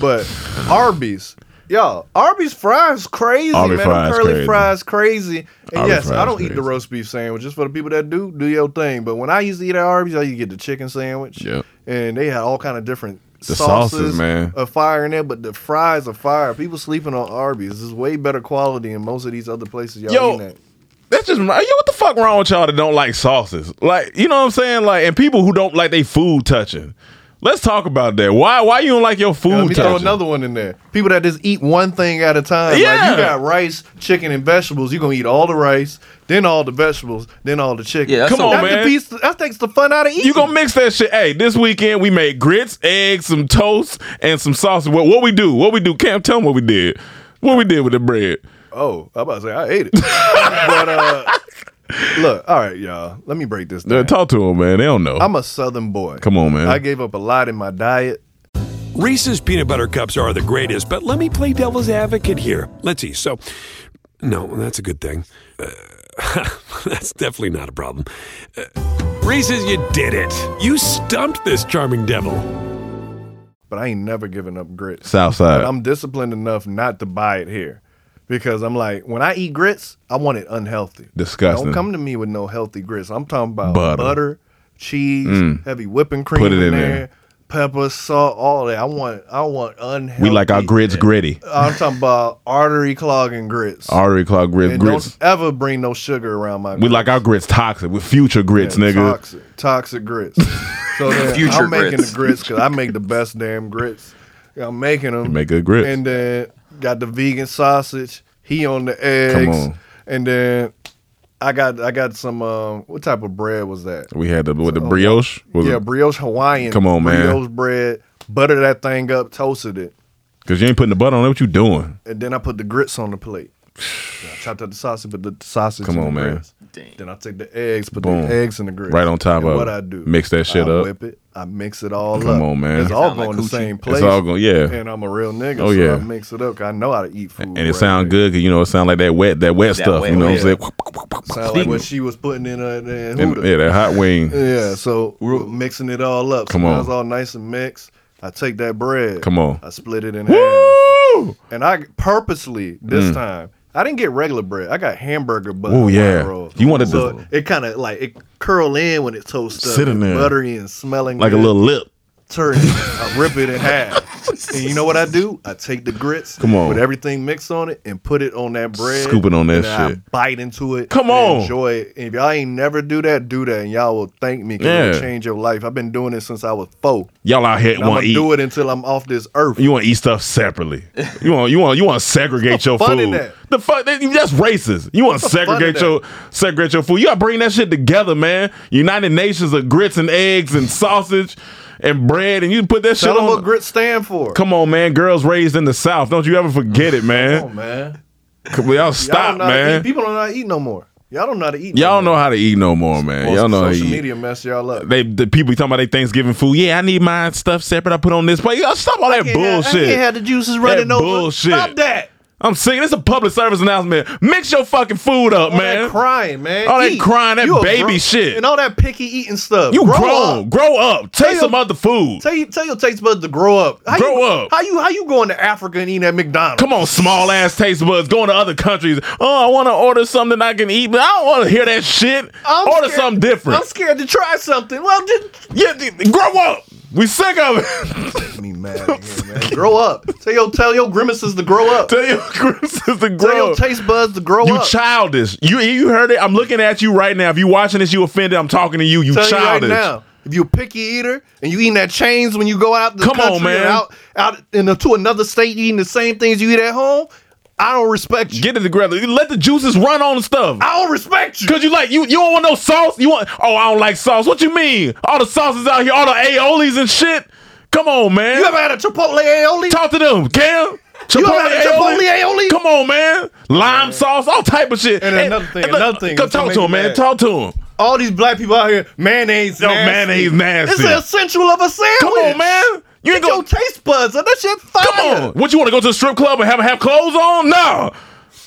But Arby's, y'all, Arby's fries crazy,
Arby's
man.
Fries
curly
crazy.
fries crazy. And
Arby's
yes, I don't
crazy.
eat the roast beef sandwich. Just for the people that do, do your thing. But when I used to eat at Arby's, I used to get the chicken sandwich.
Yep.
And they had all kind of different
the sauces, sauces, man,
are fire in there, but the fries are fire. People sleeping on Arby's. This is way better quality in most of these other places. Y'all
Yo,
eating at.
That's just yo. What the fuck wrong with y'all that don't like sauces? Like, you know what I'm saying? Like, and people who don't like their food touching. Let's talk about that. Why? Why you don't like your food? Yeah,
let me
touching?
throw another one in there. People that just eat one thing at a time.
Yeah.
Like you got rice, chicken, and vegetables. You are gonna eat all the rice, then all the vegetables, then all the chicken.
Yeah, that's
Come
a,
on,
that
man.
Defeats, that takes the fun out of eating.
You gonna mix that shit? Hey, this weekend we made grits, eggs, some toast, and some sausage. What? What we do? What we do? Cam, tell them what we did. What we did with the bread?
Oh, I'm about to say I ate it, but. uh Look, all right, y'all. Let me break this down.
Uh, Talk to them, man. They don't know.
I'm a Southern boy.
Come on, man.
I gave up a lot in my diet.
Reese's peanut butter cups are the greatest, but let me play devil's advocate here. Let's see. So, no, that's a good thing. Uh, that's definitely not a problem. Uh, Reese's, you did it. You stumped this charming devil.
But I ain't never giving up grits.
Southside.
But I'm disciplined enough not to buy it here because I'm like, when I eat grits, I want it unhealthy.
Disgusting.
Don't come to me with no healthy grits. I'm talking about butter, butter cheese, mm. heavy whipping cream
Put it in,
there.
there.
Pepper, salt, all that. I want, I want unhealthy.
We like our grits gritty.
I'm talking about artery clogging grits.
Artery clog grits.
And
grits.
Don't ever bring no sugar around my. Grits.
We like our grits toxic with future grits,
yeah,
nigga.
Toxic, toxic grits. so then
future
I'm making
grits.
the grits because I make the best damn grits. I'm making them.
You make good grits.
And uh, then got the vegan sausage. He on the eggs.
On.
And then I got I got some. Um, what type of bread was that?
We had the with the brioche.
Was yeah, brioche Hawaiian.
Come on, man.
Brioche bread. butter that thing up, toasted it.
Cause you ain't putting the butter on it. What you doing?
And then I put the grits on the plate. I chopped up the sausage, put the sausage.
Come
in
on,
the
man.
grits. Then I take the eggs, put
Boom.
the eggs in the grits.
Right on top
And
of
what
it.
I do.
Mix that shit
I
up.
Whip it. I mix it all up.
Come on, man.
It's
It
all
sound
going
like
to the
coochie.
same
It's
place.
all going- yeah.
And I'm a real nigga.
Oh,
So
yeah.
I mix it up. 'cause I know how to eat food.
And it sound good, 'cause, you know it sound like that wet, that wet
That
stuff.
wet
you know
wet.
what I'm saying?
Sound like what she was putting in her. in
And-
Huda.
yeah, that hot wing.
Yeah, so we're mixing it all up.
Come
Come
on.
on, it's all nice and mixed. I take that bread.
Come on.
I split it in half. And I purposely this
Mm.
time I didn't get regular bread. I got hamburger butter.
Ooh,
on my
yeah.
roll.
You wanted
so
to-
it kind of like it curl in when it toast up,
Sit in
and
there.
buttery and smelling
Like a
good.
little lip.
Turn, it. I rip it in half. and you know what I do? I take the grits,
Come on.
with everything mixed on it, and put it on that bread.
Scoop it on that
and then I
shit.
bite into it.
Come
and
on.
enjoy it. And if y'all ain't never do that, do that, and y'all will thank me. 'cause
Yeah.
it'll change your life. I've been doing it since I was four.
Y'all out here
And I'm
want
gonna
to eat.
do it until I'm off this earth.
You want to eat stuff separately. You want you want you want to segregate your
fun
food.
in that?
The fuck that- that's racist. You want to
What's the fun in
segregate
that?
your segregate your food. You got to bring that shit together, man. United Nations of grits and eggs and sausage and bread, and you put that
Tell
shit
them
on.
what grits stand for.
Come on, man. Girls raised in the South. Don't you ever forget it, man.
Come on, man.
Come- Y'all stop,
y'all don't know how to
man.
eat. People don't know how to eat no more. Y'all don't know how to eat.
Y'all don't know how to eat no more, man.
Well,
Y'all know how to
social
eat.
media mess y'all up.
They the people be talking about their Thanksgiving food. Yeah, I need my stuff separate. I put on this plate. Y'all stop all that
can't have- I
bullshit.
can't have the juices running
that
over.
Bullshit.
Stop that.
I'm saying this is a public service announcement. Mix your fucking food up,
All
man.
Oh, that crying, man.
All that
Eat.
crying, that
You a
baby
grown-
shit.
and all that picky eating stuff.
you
Grow
grown.
up.
Grow up.
Tell
Taste
your-
some other food.
Tell you, tell your taste buds to grow up. How
Grow
you,
up.
How you, how you going to Africa and eating at McDonald's?
Come on, small ass taste buds going to other countries. Oh, I want to order something I can eat, but I don't want to hear that shit.
I'm
order
scared-
something different.
I'm scared to try something. Well, just
yeah, d- grow up. We sick of it.
me mad in here, man. Grow up. Tell your, tell your grimaces to grow up.
Tell your grandson to
Tell
grow
your
up.
taste buds to grow
You
up.
childish. You you heard it. I'm looking at you right now. If you watching this, you offended. I'm talking to you. You
Tell you right
childish.
now. If you a picky eater and you eating that chains when you go out the
Come on,
country or
man.
out out in to another state eating the same things you eat at home, I don't respect you.
Get it together. You Let the juices run on the stuff.
I don't respect you.
Cause you like you you don't want no sauce. You want oh I don't like sauce. What you mean? All the sauces out here, all the aiolis and shit. Come on, man.
You ever had a Chipotle aioli?
Talk to them, Cam.
You ever had a Chipotle aioli?
Come on, man. Lime sauce, all type of shit.
And another thing,
look,
another thing
Go
is
talk
to
to
make
him,
you
man.
mad.
Talk to him.
All these black people out here, mayonnaise.
Yo,
nasty.
mayonnaise nasty.
It's an essential of a sandwich.
Come on, man. You
You ain't
ain't gonna-
your taste buds. up. That shit fire.
Come on. What you want to go to the strip club and have have clothes on? No.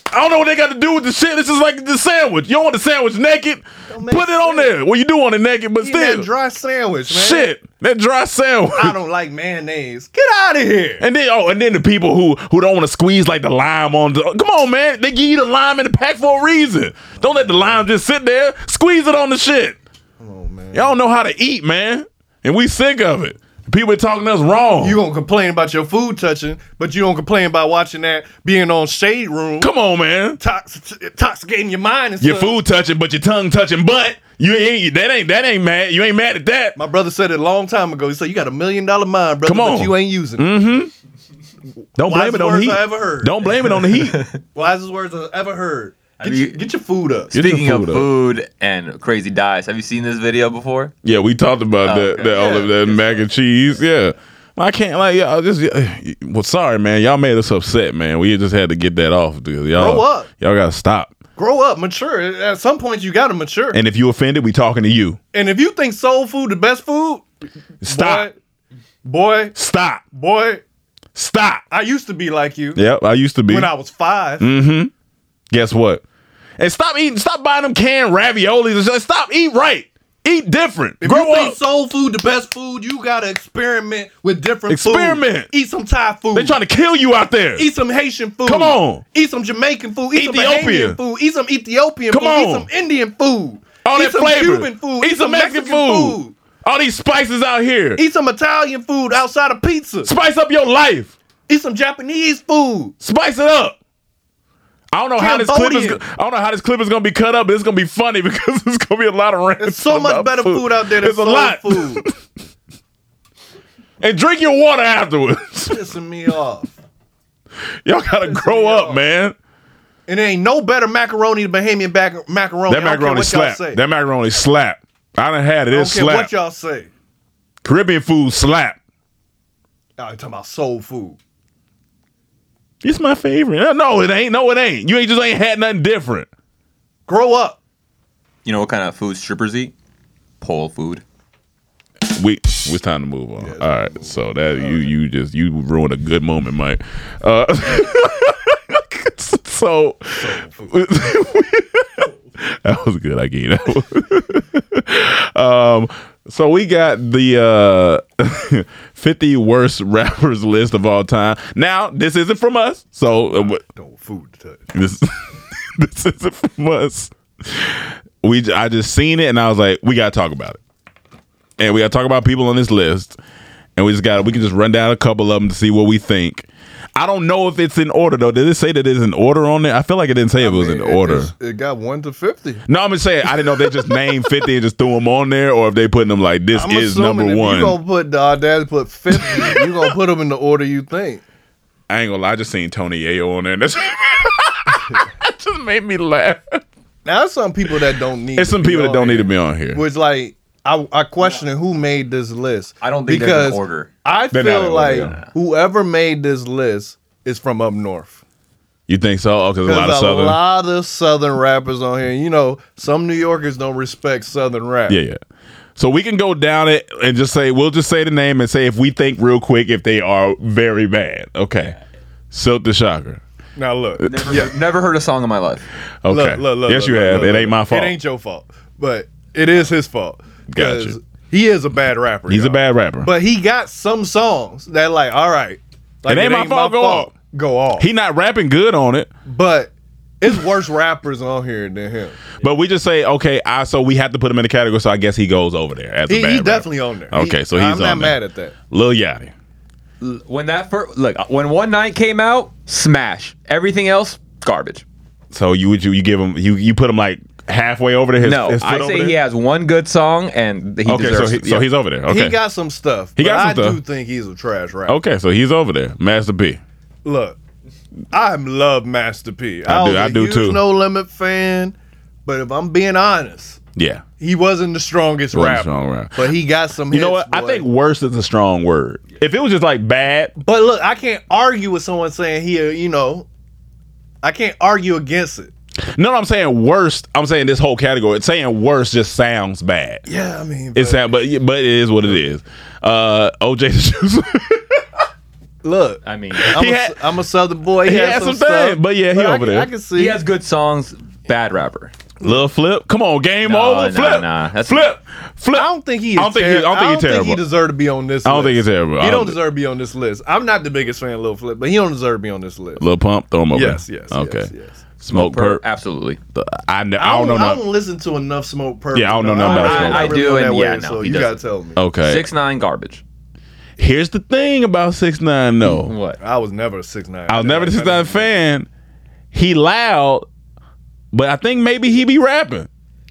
I don't know what they got to do with the shit. This is like the sandwich. You don't want the sandwich naked? Put
make
it on there. Well, you do want it naked, but
Eating
still.
that dry sandwich, man.
shit. That dry sandwich.
I don't like mayonnaise. Get out of here.
And then oh, and then the people who who don't want to squeeze like the lime on the come on man, they give you the lime in the pack for a reason. Don't let the lime just sit there. Squeeze it on the shit. Y'all don't know how to eat, man, and we sick of it. People are talking us wrong.
You gonna complain about your food touching, but you don't complain about watching that being on shade room,
come on, man.
tox- toxicating your mind and
Your
stuff.
food touching, but your tongue touching, but you ain't that ain't that ain't mad. You ain't mad at that.
My brother said it a long time ago. He said you got a million dollar mind, brother,
Come on.
but you ain't using it.
Mm-hmm. Don't blame
Wisest
it on the
words
heat.
I ever heard.
Don't blame it on the heat.
Wisest words I've ever heard. Get, your- get your food up.
Get your
Speaking of
food up.
food and crazy diets, have you seen this video before?
Yeah, we talked about
Oh,
that,
okay.
that all of that mac and cheese. Yeah. I can't like y'all just well sorry man y'all made us upset man we just had to get that off because y'all
Grow up.
y'all gotta stop
Grow up, mature. At some point, you gotta mature.
and if you offended we talking to you
And if you think soul food the best food,
Stop.
boy, boy,
stop
boy.
stop
I used to be like you
yep I used to be
when I was five.
mm-hmm guess what and stop eating stop buying them canned raviolis and shit. stop eat right eat different
If
grow
you think
up
soul food the best food, you gotta experiment with different
Experiment.
food. Eat some Thai food.
they trying to kill you out there
Eat some Haitian food.
Come on.
Eat some Jamaican food. Eat
Ethiopia.
some Bahamian food. Eat some Ethiopian
Come
food.
on.
Eat some Indian food.
all
eat
that
some
flavor
Cuban food.
eat some Mexican, food. all these spices out here
Eat some Italian food outside of pizza.
spice up your life
Eat some Japanese food.
Spice it up. I don't know how this clip is.
Cambodian.
go- I don't know how this clip is gonna be cut up, but it's gonna be funny because it's gonna be a lot of rant.
There's so much
about
better food. out there than
It's a
soul
lot.
food.
And drink your water afterwards.
Pissing me off.
Y'all gotta grow up, man.
And there ain't no better macaroni than Bahamian bac- macaroni. I don't
That
care
macaroni
what y'all
slap.
say.
That macaroni slap. I done had
I
it. It
don't care
slap.
what y'all say.
Caribbean food slap.
Oh, you're talking about soul food.
It's my favorite. No, it ain't. No, it ain't. You ain't just ain't had nothing different.
Grow up.
You know what kind of food strippers eat? Pole food.
We it's time to move on. All right, so that you you just you ruined a good moment, Mike. Uh, so that was good. I get it. um, so we got the uh, 50 worst rappers list of all time. Now this isn't from us, so uh, wh-
Don't food. to-
this this isn't from us. We j- I just seen it and I was like, we gotta talk about it, and we gotta talk about people on this list, and we just got to we can just run down a couple of them to see what we think. I don't know if it's in order though. Did it say that it's in order on there? I feel like it didn't say it was in
It-
order.
it's- It got one to fifty.
No, I'm just saying I didn't know if they just named 50 and just threw them on there, or if they putting them like this
I'm
is
assuming
number
if
one.
You gonna put the dad put fifty. you gonna put them in the order you think.
I ain't gonna lie, I just seen Tony Ayo on there. And that's, that just made me laugh.
Now, there's some people that don't need.
It's
to
some
be
people that
on
don't need to
here.
be on here.
Was like I, I question who made this list.
I don't think they're in order.
I
They're not in
feel
order,
like
yeah.
whoever made this list is from up north.
You think so? Oh, because a lot of
There's a
southern.
lot of southern rappers on here. You know, some New Yorkers don't respect southern rap.
Yeah, yeah. So we can go down it and just say we'll just say the name and say if we think real quick if they are very bad. Okay. Silk the Shocker.
Now look, look,
Never, never heard a song in my life.
Uh, Okay.
look, look.
yes,
look,
you
look,
have.
look,
it ain't my
look.
fault.
It ain't your fault, but it is his fault.
Gotcha.
'Cause He is a bad rapper.
He's a
y'all.
bad rapper.
But he got some songs that like, all right, like,
It ain't my fault, go off.
Go off.
he not rapping good on it.
but it's worse rappers on here than him.
But we just say okay. I so we have to put him in the category. So I guess he goes over there as a
He,
bad
he
rapper.
definitely on there.
Okay,
He-
so he's
I'm not
on there.
mad at that.
Lil Yachty.
When that first look, when one night came out, smash. Everything else, garbage.
So you would you, you give him you you put him like halfway over to his
no,
his foot
I
over
say
there?
he has one good song, and he
okay,
deserves.
so he,
it.
so
Yeah.
he's over there. Okay,
He got some stuff.
He
but
got some
I do
stuff.
think he's a trash rapper.
okay, so he's over there. Master P.
Look, I love Master P.
I do-
was
I
a
do
huge
too.
No Limit fan, but if I'm being honest,
Yeah,
he wasn't the strongest
Wasn't
rapper.
strong rapper.
But he got some.
you know
hits,
what? I
boy.
think worse is a strong word. If it was just like bad,
But look, I can't argue with someone saying he, uh, you know, I can't argue against it.
no, no, I'm saying worst. I'm saying this whole category. Saying worse just sounds bad.
Yeah, I mean,
It sound, but but it is what it is. Uh, OJ the Juicer.
look,
I mean,
I'm,
He
a,
had-
am a Southern boy. He,
he
has
had
some
some things,
stuff,
but yeah, he
I
over
can-
there.
I can see.
he has good songs. Bad rapper.
Lil Flip. Come on, game
No,
over.
no,
Flip.
no, that's-
Flip. Flip.
I don't think he. Is
I don't think he- I
terri-
don't think he
think
terrible.
he deserved to be on this.
I don't
list.
think he's terrible. I
He
don't
don't
thi-
deserve to be on this list. I'm not the biggest fan of Lil Flip, but he don't deserve to be on this list.
Lil Pump. Throw him over.
Yes, yes,
Okay.
yes, yes.
Smoke perp.
Absolutely.
I, kn-
I
I don't know.
I
nothing.
don't listen to enough Smoke Purple.
Yeah, I don't know
though.
nothing about
I'm
Smoke
not
Purple.
really
I do,
on that
and yeah,
wave,
no,
so
he
you gotta
doesn't.
tell me.
Okay.
Six nine garbage.
Here's the thing about six nine. though.
What?
I was never a six nine.
I was never the six nine fan. He loud, but I think maybe he be rapping.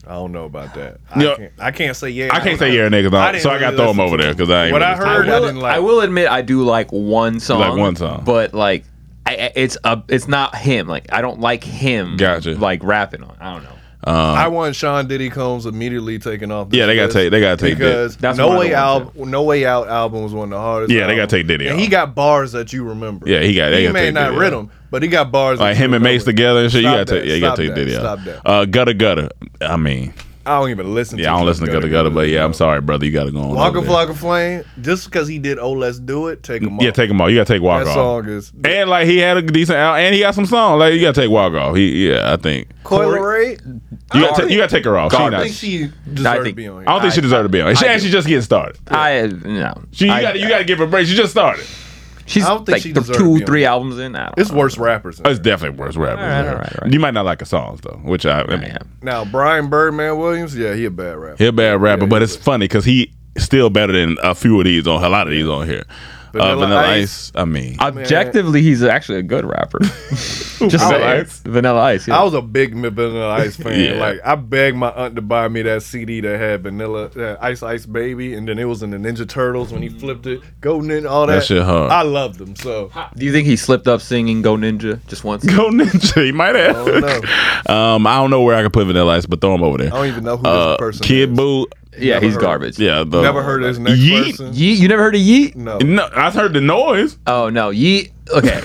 I don't know about that.
Yeah.
I, can't, I can't say yeah.
I can't
don't
say
know.
yeah, niggas.
I
I
didn't
so I got
really
to throw him
listen
over
to
there because I ain't.
What
really
I
listen to
heard,
him.
I didn't like.
I will admit I do like one song.
like one song.
But like I, I- it's a it's not him. Like I don't like him
Gotcha.
like rapping on. I don't know.
I want Sean Diddy Combs immediately taken off. This
Yeah, they gotta
list
take- they gotta take Diddy.
because
That's one
no
of the
way
ones,
out. No way out album was one of the hardest.
Yeah, they gotta
albums.
take Diddy
And
off.
he got bars that you remember.
Yeah, he got- they
He
gotta
may
take
not
Diddy
read
off.
them, but he got bars.
Like
that you
him and
remember.
Mace together and shit. you
Stop
gotta take.
that,
Yeah, you gotta take
stop
Diddy
that,
out.
Stop that.
Uh, gutter gutter. I mean,
I don't even listen. to
yeah, I don't listen to gutter gutter, but yeah, I'm sorry, brother. You gotta go on.
Walker
over there.
Flocka Flame. Just because he did Oh Let's Do It, take him off.
Yeah, take him off. You gotta take Walker
that
off.
song is
And like he had a decent out, and he got some songs. Like you gotta take Walker off. He yeah, I think
Coil Ray.
you gotta, ta- you gotta take her off. She
I
not,
think she
I
deserved to
think-
be on
I
here.
don't think she deserved to be on. it. She
I-
actually just getting started.
I no.
She you
I-
gotta you gotta give her a break. She just started.
She's
I don't think
like
she
the
deserved to
two
be on
three
it.
albums in. I don't
It's
know.
worse rappers.
It's definitely worse rappers.
All right,
yeah.
all right, all right.
You might not like her songs though, which I, I mean,
Yeah.
Now Brian Birdman Williams, yeah, he a bad rapper.
he a bad rapper, but it's funny because he still better than a few of these on a lot of these on here. Vanilla, uh,
Vanilla
Vanilla Ice.
Ice.
I mean,
Objectively, he's actually a good rapper. Just
Vanilla
saying.
Ice?
Vanilla Ice. Yeah.
I was a big Mi- Vanilla Ice fan.
Yeah.
Like I begged my aunt to buy me that CD that had Vanilla uh, Ice Ice Baby, and then it was in the Ninja Turtles when he flipped it, Go Ninja, all
That
that.
shit hard.
I loved them so.
Do you think he slipped up singing "Go Ninja" just once?
Go Ninja. He might have.
I don't know. Oh,
Um, I don't know where I could put Vanilla Ice, but throw him over there.
I don't even know who this person
Kid
is.
Boo.
Yeah, never he's heard. garbage.
Yeah,
the, never heard his next
yeet.
person.
Yeet, you never heard of Yeet?
No,
no, I've heard the noise.
Oh no, Yeet. Okay,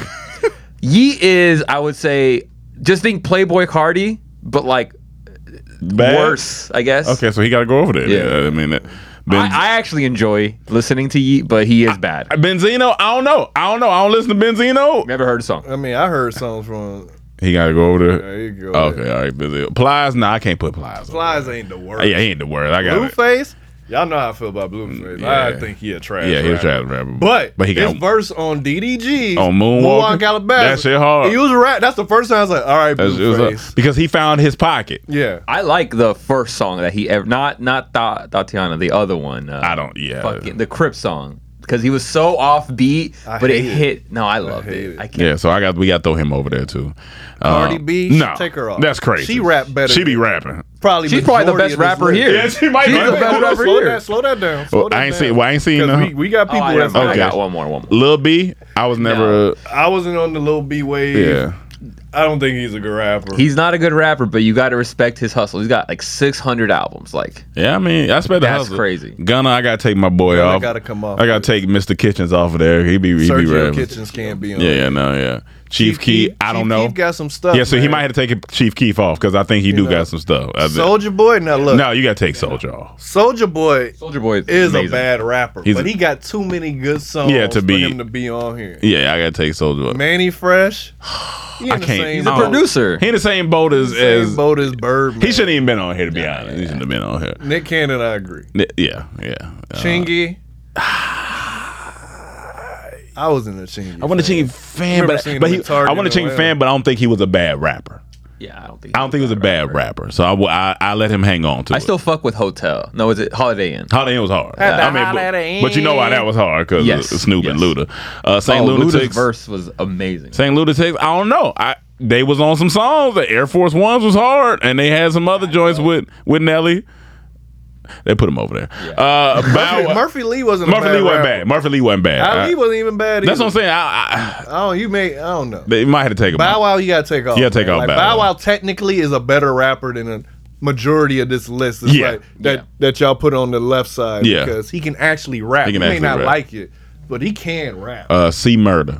Yeet is I would say just think Playboy Cardi, but like
Bad?
worse, I guess.
Okay, so he got to go over there. Yeah,
Yeah.
I mean, that-
I,
Benz-
I actually enjoy listening to Yeet, but he is bad.
Benzino. I don't know. I don't know. I don't listen to Benzino.
Never heard a song.
I mean, I heard songs from
He got to go over there.
There you go.
okay, all right, Benzino. Plies. Nah, I can't put plies. on.
Flies ain't the worst.
Yeah, he ain't the word. I got it. Mm,
Blueface. Y'all know how I feel about Blueface.
yeah.
I think he a trash.
Yeah, he a
rapper.
trash rapper.
But
But he got-
his verse on DDG
On Moonwalker?
Moonwalk Alabama.
That shit hard.
He was rap. That's the first time I was like, all right,
That's- it was
Blueface.
a- because he found his pocket.
yeah,
I like the first song that he ever not not Tha- Tatiana, the other one. Uh,
I don't. Yeah.
fucking the Crip song because he was so offbeat,
I
but it
hate it.
hit. No, I loved it. I can't.
Yeah, so I got we got to throw him over there too. Uh,
Cardi B,
no,
take her off.
That's crazy.
She rap better
She be rapping.
probably
She's probably the
majority of
best
this
rapper
list.
here.
Yeah, she might
She's
be.
the
Hold
best
on,
rapper
slow
here.
That, slow that down. Slow
Well,
that
I ain't
down.
seen. Well, I ain't seen
'Cause
no.
We, we got
Oh,
people
I,
that's
got, I
like,
got one more. One more.
Lil B, I was never.
I wasn't on the little B wave.
Yeah,
I don't think he's a good rapper.
He's not a good rapper, but you got to respect his hustle. He's got like 600 albums. Like
yeah. I mean, I spent the
That's
hustle.
crazy.
Gunna, I gotta take my boy
Gunna
off.
gotta come off.
I gotta take Mr. Kitchens off of there. He be he be
Sergio
rapping.
Kitchens can't be on.
Yeah, yeah, no, yeah.
Chief
Chief, Keef,
Keef-
I don't
Chief
know.
Keef got some stuff,
Yeah, so he
man.
might have to take Chief Keef off because I think he do
know.
got some stuff. I think-
Soldier Boy. Now look,
no, you gotta take Soldier off.
Soldier Boy
Soldier Boy is,
is
amazing.
a bad rapper,
He's
but
a-
he got too many good songs
Yeah, to
for
be-
him to be on here.
Yeah, I gotta take Soldier off.
Manny Fresh, he in
I
the
can't.
same
He's a
boat.
Producer.
He in the same boat as
Same
as
boat as Birdman.
he shouldn't even been on here to be honest. He shouldn't have been on here.
Nick Cannon, I agree.
N- Yeah, yeah. Uh,
Chingy. I was in the Chingy.
I want a Chingy fan,
Remember
but,
seeing
but
him
he,
at Target
I want a
in
Chingy
Atlanta.
fan, but I don't think he was a bad rapper.
yeah, I don't think.
I don't think he was a bad rapper, so I, will- I, I let him hang on to
I
it.
still fuck with Hotel. No, is it Holiday Inn?
Holiday Inn was hard.
Had the
I mean,
Holiday
but, but you know why that was hard because
Yes,
Snoop and
yes.
Luda, uh, Saint
oh, Luda's
Lunatics,
verse was amazing.
Saint Lunatics. I don't know. I they was on some songs. The Air Force Ones was hard, and they had some other joints with with Nelly. They put him over there. Uh, Bow-
Murphy, Murphy Lee wasn't.
Murphy
a bad
Lee wasn't
rapper.
bad. Murphy Lee wasn't bad.
Ali
I-
wasn't even bad. Either.
that's what I'm saying. I, I,
Oh, you may. I don't know.
they might have to take him.
Bow
out.
Wow, you gotta take off.
You gotta take
man.
off
Like,
Bow
Bow
Wow.
Wow technically is a better rapper than a majority of this list. It's
Yeah.
like that
Yeah.
that y'all put on the left side.
Yeah.
because he can actually rap. He,
He can
may
actually
not
rap.
like it, but he can rap.
Uh, C Murder.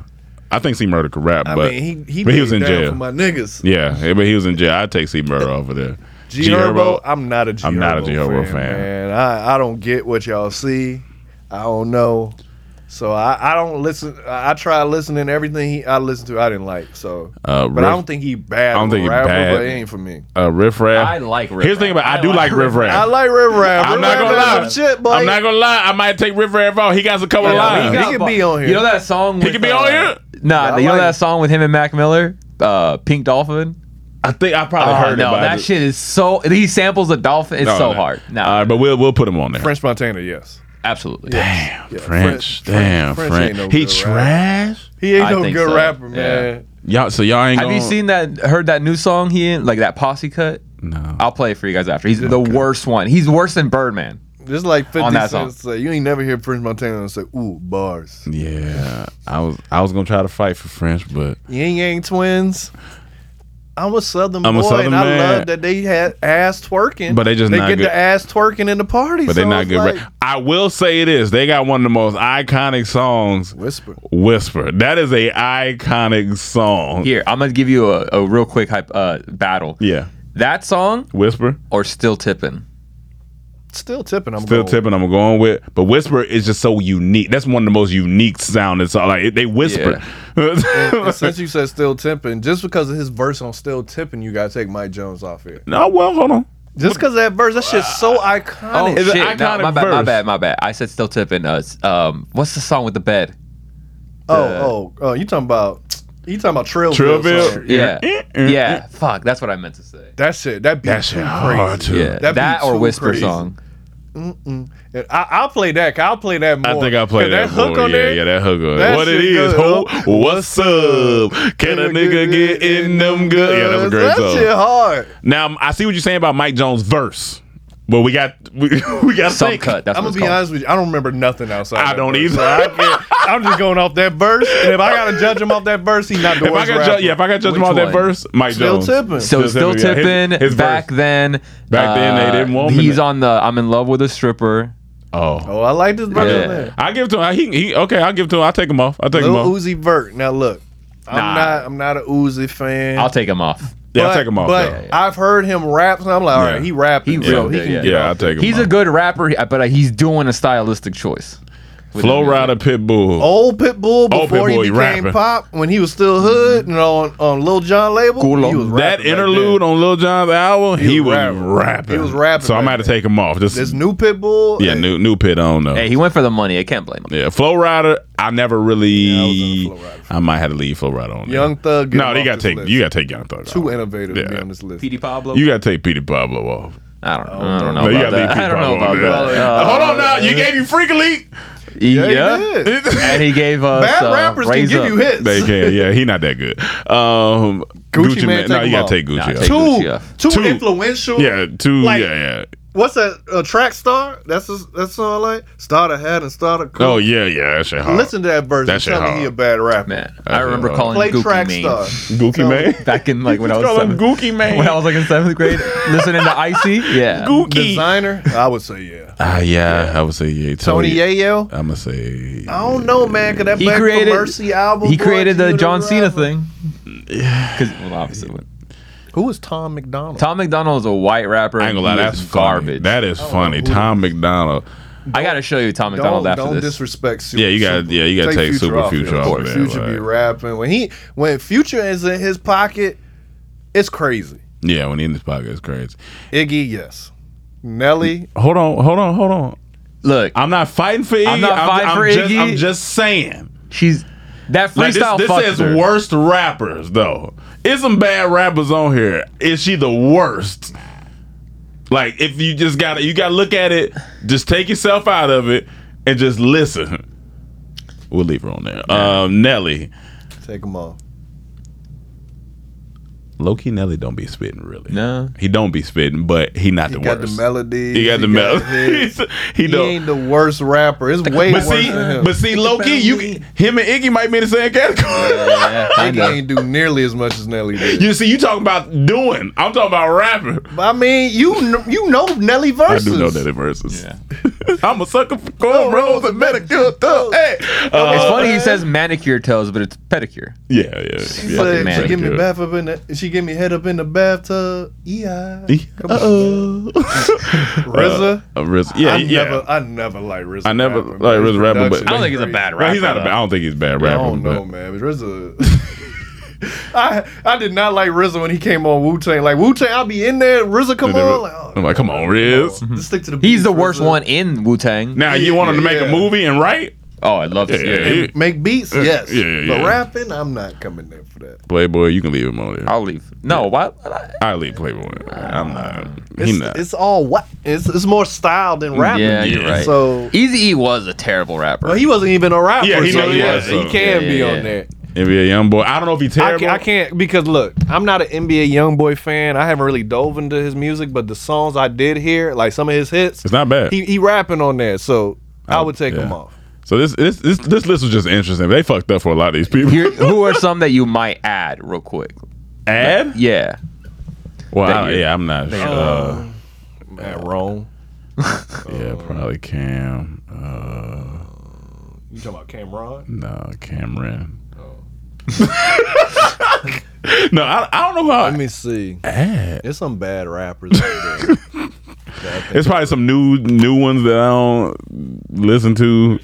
I think C Murder could rap,
I
but
mean, he he,
but
laid
he was in
down
jail.
for my niggas.
Yeah, yeah, but he was in jail. I'd take C Murder over there.
G Herbo, I'm not a G
I'm not a G Herbo fan.
Man, I, I don't get what y'all see. I don't know. So I, I don't listen. I I try listening to everything he, I listened to. I didn't like. So,
Uh,
but
Riff-
I don't think he bad.
I don't think he
rapper,
bad.
But it ain't for me.
uh, Riff Raff.
I like Riff
Here's the thing
Raff.
about I,
I
do like
like
Riff
Riff
Raff.
I like Riff Raff.
I'm
Riff
not
Raff
gonna
is
lie.
some Shit, boy.
I'm not gonna lie. I might take Riff Raff off. He got a couple of
Yeah,
lines.
he could be on here.
You know that song?
He
with,
could be
uh,
on here.
Nah,
I
you know
like-
that song with him and Mac Miller, uh, Pink Dolphin.
I think I probably
Oh,
heard
no,
about
that
it.
shit is so. He samples a dolphin. It's
No,
so
no. Uh,
hard. No,
All right, but we'll we'll put him on there.
French Montana, yes.
absolutely.
Damn,
French-
French. Damn, French.
French- French ain't no
he
good rapper.
trash.
He ain't
I
no
think
good
so.
rapper,
Yeah.
man.
Y'all. So y'all ain't.
Have you
gonna-
seen that? Heard that new song he in? Like that posse cut?
No.
I'll play it for you guys after. He's the worst one. He's worse than Birdman.
Just like 50
On that song.
Cent say, you ain't never hear French Montana say, ooh, bars.
Yeah, I was I was gonna try to fight for French, but
Yin Yang Twins. I'm a Southern
I'm a
boy,
Southern
and I
man.
love that they had ass twerking.
But they just
they
not
get
good-
the ass twerking in the party.
but
so
they're not
it's
good.
Like,
rap- I will say this: they got one of the most iconic songs,
Whisper.
"Whisper." That is a iconic song.
Here, I'm gonna give you a, a real quick hype, uh, battle.
Yeah.
That song
Whisper.
or Still Tippin'?
Still tipping. I'm
Still
going.
tipping. I'm going with, but whisper is just so unique. That's one of the most unique sound. It's all like they whisper.
And since you said still tipping, just because of his verse on still tipping, you gotta take Mike Jones off here.
no, well, hold on.
Just because that verse, that shit's so
Oh
iconic.
It's an
shit! No,
iconic
my bad, my
verse.
bad, my bad. I said Still Tippin'. Uh, s- um, what's the song with the bed?
oh, oh, oh, you talking about you talking about Trillville?
Trillville?
song.
Yeah,
Eh,
yeah. Fuck, that's what I meant to say.
That shit. That beat
That shit
too
hard
crazy.
too.
Yeah,
That
that,
be
or
too
Whisper
crazy.
song.
And I, I'll play that. I'll play that more.
I think I played
'Cause
that,
hook
more.
on
yeah,
there.
yeah, that hook on there.
that
What it
shit
is, ho?
good.
What's up? Can a nigga get in them good? Yeah, that was a great
That
song.
shit hard.
Now I see what you're saying about Mike Jones' verse. But we got we, we got
some
think.
cut. That's
I'm gonna
what it's
be
called.
honest with you. I don't remember nothing outside.
I
that
don't
verse.
either.
So I can't- I'm just going off that verse, and if I gotta judge him off that verse, he's not the
If I
worst
got
rapper.
ju- yeah, if I got judge him
Which
off that
one?
verse, Mike
Still
Jones.
tipping.
So still
yeah, his-
tipping
his
back
verse.
then.
Back then, they didn't want him
He's
to-
on the I'm in love with a stripper.
Oh,
Oh, I like this brother.
Yeah.
man.
I give it to him. He, he okay. I'll give it to him. I'll take him off. I'll take him
Lil
off.
Uzi Vert. Now look, I'm
Nah.
not. I'm not an Uzi fan.
I'll take him off.
yeah, I'll
But-
take him off.
But
though.
I've heard him rap, and I'm like, all
Yeah.
right, he rapping.
He
so
real
he
good,
can
yeah.
get
yeah,
off
I'll take him.
He's
off.
a good rapper, but uh, he's doing a stylistic choice. with
flow
his music.
rider pitbull.
old Pitbull
Old
before
Pitbull, he
he became
rapping.
pop when he was still hood and on on Lil Jon label.
Cool.
he was
that
rapping back
interlude
then.
on Lil Jon's album, he,
He
was
was
rapping.
rapping. He was rapping
So I'm gonna
back
have to
then.
take him off. This,
this new Pitbull.
yeah,
hey,
new new pit. I don't know.
Hey, he went for the money. I can't blame him.
yeah, flow rider. I never really.
I was in the Flow Rider.
I might have to leave flow rider on. there.
Young Thug. get
No,
him
they
off
got to
this
take.
list.
You got to take Young Thug.
too
off.
innovative to
Yeah.
be on this list.
PD Pablo.
You got to take Petey Pablo off.
I don't know. I don't know
No, you
about
gotta leave
that.
Pete
I don't
Pablo
know about
on there.
that. Uh,
Hold on now. You gave you freak elite.
yeah,
he did.
and he gave us
Bad
uh,
rappers can
Raise
give
Up.
you hits.
They can. Yeah, he not that good. Um,
Gucci Man, take
No,
him
you gotta
off.
take Gucci.
Nah,
off.
take- Gucci
Too,
off.
too
Two.
influential.
Yeah, two.
Like-
yeah, yeah.
What's that? A track star? That's a, that's all like starter hat and starter coat.
Oh yeah, yeah. That shit hard.
Listen to that verse.
That
and
shit
tell
hard.
me he a bad rapper.
Man,
yeah,
I remember
uh,
calling
Play
Gookie
track
Mane.
star.
Gookie man.
back in like when I was
Call him
seventh,
Gookie man.
when I was like in seventh grade, listening to Icy. Yeah,
Gookie.
Designer? I would say yeah.
Ah, yeah, I would say yeah.
Tony Yayo?
I'm gonna say
I don't know, man. Cause that
he
Back for
created
Mercy album.
He
boy,
created the
Judah
John Cena
Robert.
thing. Because well, obviously,
Who is Tom McDonald?
Tom McDonald is a white rapper.
I ain't gonna lie.
and he
That's
is
garbage.
garbage.
That
Oh,
is funny.
who-
Tom McDonald.
I gotta show you Tom
don't
McDonald after
don't
this.
disrespect. Super,
Yeah, you gotta-
Super.
yeah, you gotta take Super Future
of
off
course.
of there,
Future be
like-
rapping when he when Future is in his pocket, it's crazy.
Yeah, when he in this pocket, it's crazy.
Iggy, yes. Nelly,
Hold on, hold on, hold on.
Look,
I'm not fighting for Iggy.
I'm not fighting for
just-
Iggy.
I'm just saying.
she's that
Like this,
freestyle.
this
fucked
says
her.
worst rappers though. It's some bad rappers on here. Is she the worst? Like if you just gotta you gotta look at it, just take yourself out of it and just listen. We'll leave her on there. Um Nelly.
take him off.
Loki Nelly don't be spitting really.
No.
He don't be spitting, but he not the
Got the
worst.
melody.
He got the melody.
He,
he
ain't
don't
the worst rapper. It's way
but
worse
see,
than him.
but see, Loki, you him and Iggy might be in the same category.
Yeah,
Iggy
kinda.
ain't do nearly as much as Nelly did.
You see, you talking about doing. I'm talking about rapping.
I mean, you kn- you know Nelly
I
verses.
do know that it versus.
Yeah.
I'm a sucker for cornrows and manicure thugs. Hey, uh,
It's funny he says manicure toes, but it's pedicure.
yeah, yeah. She
She said, she give me bath up in the, she give me head up in the bathtub. Yeah.
Uh oh.
RZA.
RZA. Yeah,
I
yeah.
never I never like RZA.
I never
rapping,
like
man.
RZA rapper, but
Production
I don't think he's a
crazy.
bad rapper.
Well, he's not. A, bad- I don't think he's a bad
I
rapper.
don't
but-
know, man. But RZA I I did not like RZA when he came on Wu Tang. Like Wu Tang, I'll be in there. RZA, come on. Like, oh,
I'm like, come on, Riz.
just stick to the.
He's
beats,
the worst
RZA.
one in Wu Tang.
Now you want him to
yeah,
make a
yeah.
movie and write?
Oh, I'd love to see
Yeah,
it.
he-
Make beats, yes.
yeah, yeah,
But
yeah.
rapping, I'm not coming there for that.
Playboy, you can leave him on there.
I'll leave. No, why? why-
I leave Playboy. I'm not. He
It's,
not.
it's all what it's, it's more style than rapping.
Yeah, you're right.
So
Easy E was a terrible rapper.
Well, he wasn't even a rapper.
Yeah, he
so
was-
he,
yeah,
was-
so-
he can
yeah,
be
yeah, yeah.
on there.
NBA young boy. I don't know if he's
I
terrible.
can't, I can't because look, I'm not an NBA YoungBoy fan. I haven't really dove into his music, but the songs I did hear, like some of his hits,
It's not bad.
He, he rapping on there, so I, would take him
yeah.
off.
So this this this this list was just interesting. They fucked up for a lot of these people.
Here, who are some that you might add real quick?
Ad?
Yeah.
Well,
That
I-
year.
yeah, I'm not sure. Uh,
Man, wrong.
yeah, probably Cam. Uh,
You talking about Cameron?
no, Cameron. Oh. no, I, I don't know how.
Let me see.
Ad.
There's some bad rappers. out there.
It's probably some new new ones that I don't listen to.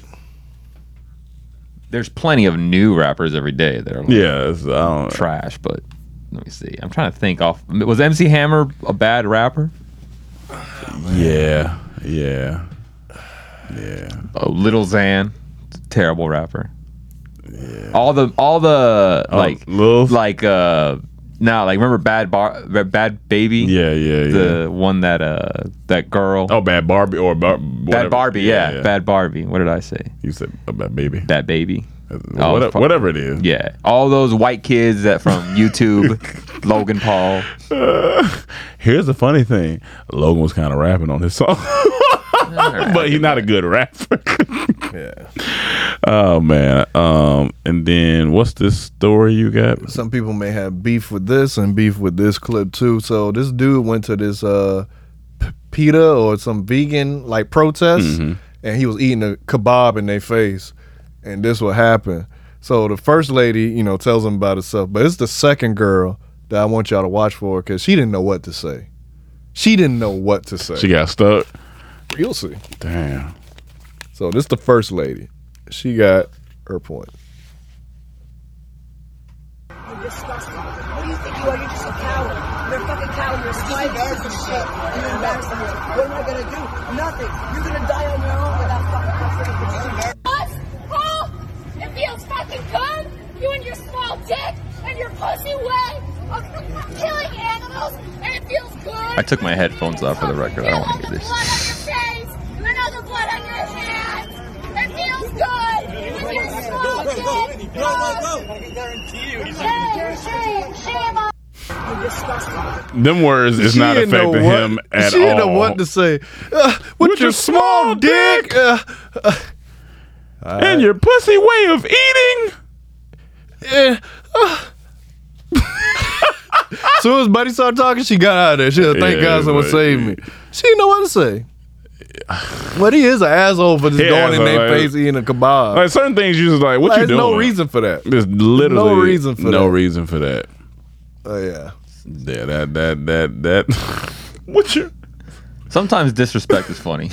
There's plenty of new rappers every day that are like
Yeah, it's, I don't.
trash, but let me see. I'm trying to think off. Was MC Hammer a bad rapper?
Yeah, yeah, yeah.
Oh, Little Xan, terrible rapper. Oh, All the all the like
Lil?
like uh now like remember Bad Bar Bad Baby?
Yeah, yeah, yeah.
The one that uh that girl
oh, bad Barbie or bar,
Bad Barbie, yeah, Bad Barbie. What did I say?
You said a oh, bad baby.
Bad Baby.
What, whatever it is.
Yeah, all those white kids that from YouTube, Logan Paul.
Uh, here's the funny thing: Logan was kind of rapping on his song, but he's not a good rapper. yeah. Oh man. Um. And then what's this story you got?
Some people may have beef with this and beef with this clip too. So this dude went to this uh, p- pita or some vegan like protest,
Mhm.
and he was eating a kebab in their face, and this what happened. So the first lady, you know, tells him about herself, but it's the second girl that I want y'all to watch for because she didn't know what to say. She didn't know what to say.
She got stuck.
You'll see.
Damn.
So this the first lady. She got her point.
You're disgusting. What do you think you are? You're just a coward. You're a fucking coward. You're a skinny piece of shit. You're embarrassing me. What am I gonna do? Nothing. You're gonna die on your own without fucking considering
Us, Paul, it feels fucking good. You and your small dick and your pussy way of killing animals, and it feels good.
I took my headphones off for the record. I don't want to hear
Blood
this.
on your face, and another blood on your hands. It feels good. With your small dick. Go, go, go. I guarantee you. Shame, shame, shame on. You're disgusting.
Them words is
She
not
didn't know
affecting
what-
him at
she
all.
didn't know what to say. Uh, with, your, small dick, uh, uh,
and your pussy way of eating.
eh, uh. soon as Buddy started talking, she got out of there. She said, "Thank
Yeah,
God someone
but-
saved me." She didn't know what to say. But he is an asshole for just
He
going in
asshole,
their
like-
face eating a kebab.
Like certain things, you just like what
Like,
you
there's
doing.
no reason for that.
There's literally
No reason for
no
that.
reason for that.
Oh yeah.
Yeah, that that that that. What's your?
Sometimes disrespect is funny.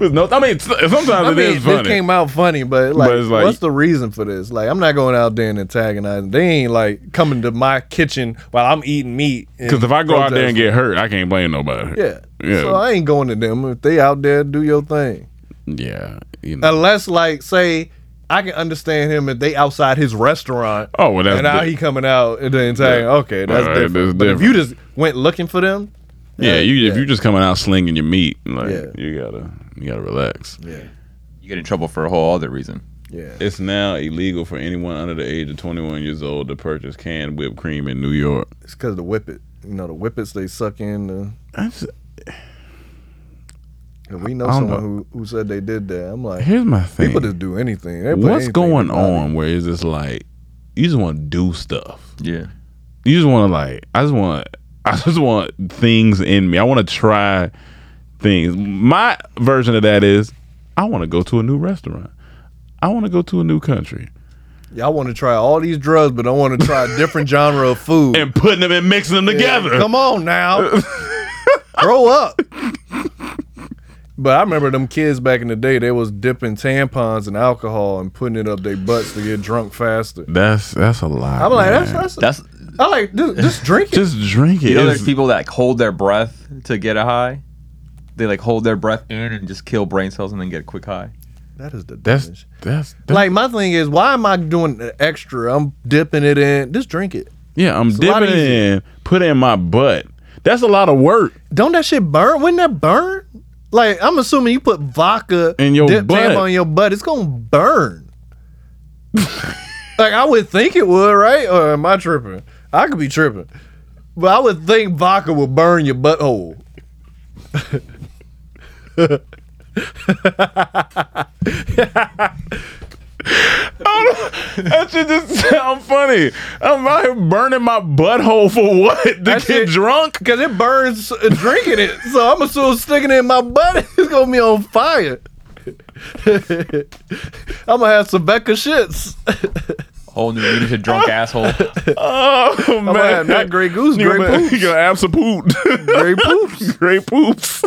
no, I mean sometimes
I
it
mean,
is funny.
This came out funny, but like,
it's like-
what's the reason for this? Like, I'm not going out there and antagonizing. They ain't like coming to my kitchen while I'm eating meat. and
Because if I go out there
protesting.
and get hurt, I can't blame nobody.
yeah,
yeah,
so I ain't going to them. If they out there, do your thing.
yeah. You know.
Unless, like, say, I can understand him if they outside his restaurant.
Oh, well, that's
and now
di-
he coming out and then saying,
Yeah.
okay, that's
All right,
different.
that's
But if
different.
you just went looking for them,
yeah, you if you're just coming out slinging your meat, like
Yeah.
you gotta you gotta relax.
Yeah,
you get in trouble for a whole other reason.
Yeah.
It's now illegal for anyone under the age of 21 years old to purchase canned whipped cream in New York.
it's because the whippet. You know, the whippets they suck in. The, And we know
I don't
someone
know.
Who, who said they did that. I'm like,
Here's my
People
thing.
just do anything. They put
What's
anything
going
in their body.
on where it's just like you just want to do stuff.
Yeah.
You just want to like I just want I just want things in me. I want to try things. My version of that is I want to go to a new restaurant. I want to go to a new country.
Y'all want to try all these drugs, but don't want to try a different genre of food.
And putting them and mixing them together.
Come on now. Grow up. But I remember them kids back in the day, they was dipping tampons in alcohol and putting it up their butts to get drunk faster.
That's that's a lot.
I'm like,
man.
that's that's, I like dude, just drink it.
Just drink it.
You know, there's
It's-
people that hold their breath to get a high. They like hold their breath in and just kill brain cells and then get a quick high.
That is the
that's that's
like my thing is why am I doing the extra? I'm dipping it in. Just drink it.
yeah. I'm
It's a lot
dipping it in, put it in my butt. That's a lot of work.
Don't that shit burn? Wouldn't that burn? Like I'm assuming you put vodka
In your
dip
butt.
tampon in your butt, it's gonna burn. like I would think it would, right? Or am I tripping? I could be tripping, but I would think vodka would burn your butthole.
that shit just sound funny. I'm out here burning my butthole for what? To get drunk?
Because it burns uh, drinking it. So I'm assuming sticking it in my butt is going to be on fire. I'm going to have some Becca shits.
Whole new meaning to drunk asshole.
Oh man,
gonna have not Grey Goose,
You
Grey
gonna-
Poops.
You gonna have some poop.
Grey poops.
Grey poops.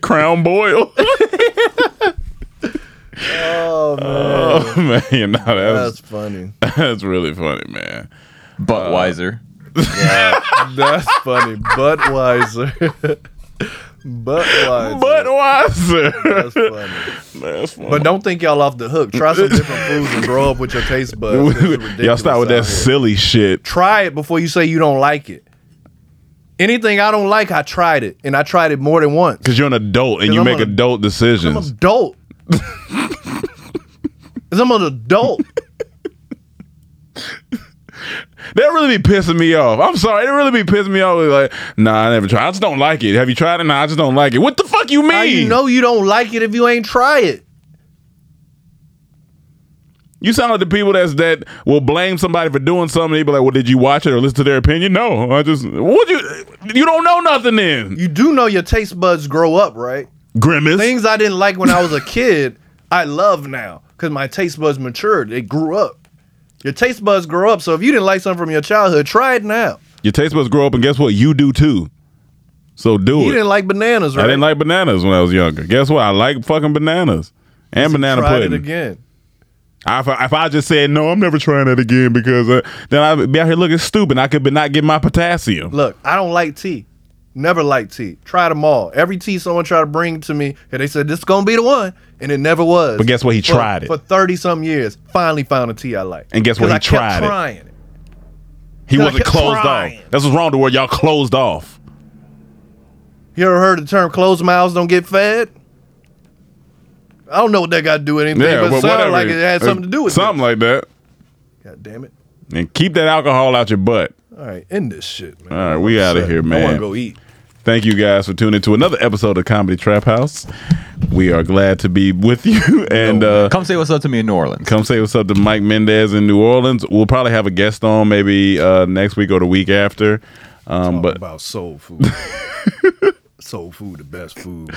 Crown boil.
Oh, man.
Oh man, no,
That's
that's,
funny.
That's really funny, man.
Budweiser.
That's funny. Budweiser. Budweiser.
Budweiser.
That's funny.
That's funny.
But don't think y'all off the hook. Try some different foods and grow up with your taste buds. It's ridiculous
Y'all start with that
out here.
silly shit.
try it before you say you don't like it. Anything I don't like, I tried it, and I tried it more than once.
Cause you're an adult and
'Cause
you
I'm
make
an-
adult
I'm
decisions.
adult. Cause I'm an adult.
That really be pissing me off. I'm sorry. That really be pissing me off. Like, nah, I never tried. I just don't like it. Have you tried it? Nah, I just don't like it. What the fuck you mean?
How you know you don't like it if you ain't try it?
You sound like the people that's that will blame somebody for doing something. They be like, "Well, did you watch it or listen to their opinion?" No, I just what you you don't know nothing. Then
You do know your taste buds grow up, right?
grimace.
Things I didn't like when I was a kid, I love now because my taste buds matured. It grew up. Your taste buds grow up. So if you didn't like something from your childhood, try it now.
Your taste buds grow up, and guess what? You do too. So do
You
it.
didn't like bananas, right?
I didn't like bananas when I was younger. Guess what? I like fucking bananas and banana
Tried
pudding.
it again.
I- If I, if I just said no, I'm never trying that again because uh, then I'd be out here looking stupid. I could be not get my potassium.
Look, I don't like tea. Never liked tea. Tried them all. Every tea someone tried to bring to me, and they said this is gonna be the one, and it never was.
But guess what? He
For-
tried it.
for thirty some years. Finally found a tea I like.
And guess what?
'Cause
He
I kept
tried it.
Trying it.
He
Yeah, I
wasn't
kept
closed
trying.
off. That's what's wrong with the word. Y'all closed off.
You ever heard the term "closed mouths don't get fed"? I don't know what that got to do with anything, but, it sounded like it had something to do with
Uh, something like that.
It. God damn it!
And keep that alcohol out your butt.
All right, end this shit, man.
All right, we out of here, man.
I want to go eat.
Thank you guys for tuning to another episode of Comedy Trap House. We are glad to be with you, and uh,
Come say what's up to me in New Orleans.
come say what's up to Mike Mendez in New Orleans. We'll probably have a guest on maybe uh, next week or the week after. Um, but
about soul food. soul food, the best food.
Uh,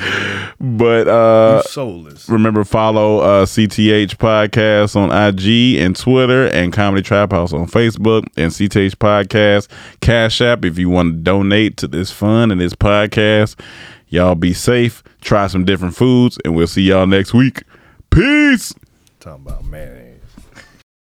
Man.
but uh,
you soulless.
remember follow uh, CTH Podcast on IG and Twitter, and Comedy Trap House on Facebook, and CTH Podcast Cash App if you want to donate to this fund and this podcast. Y'all be safe. Try some different foods, and we'll see y'all next week. Peace.
Talking about man.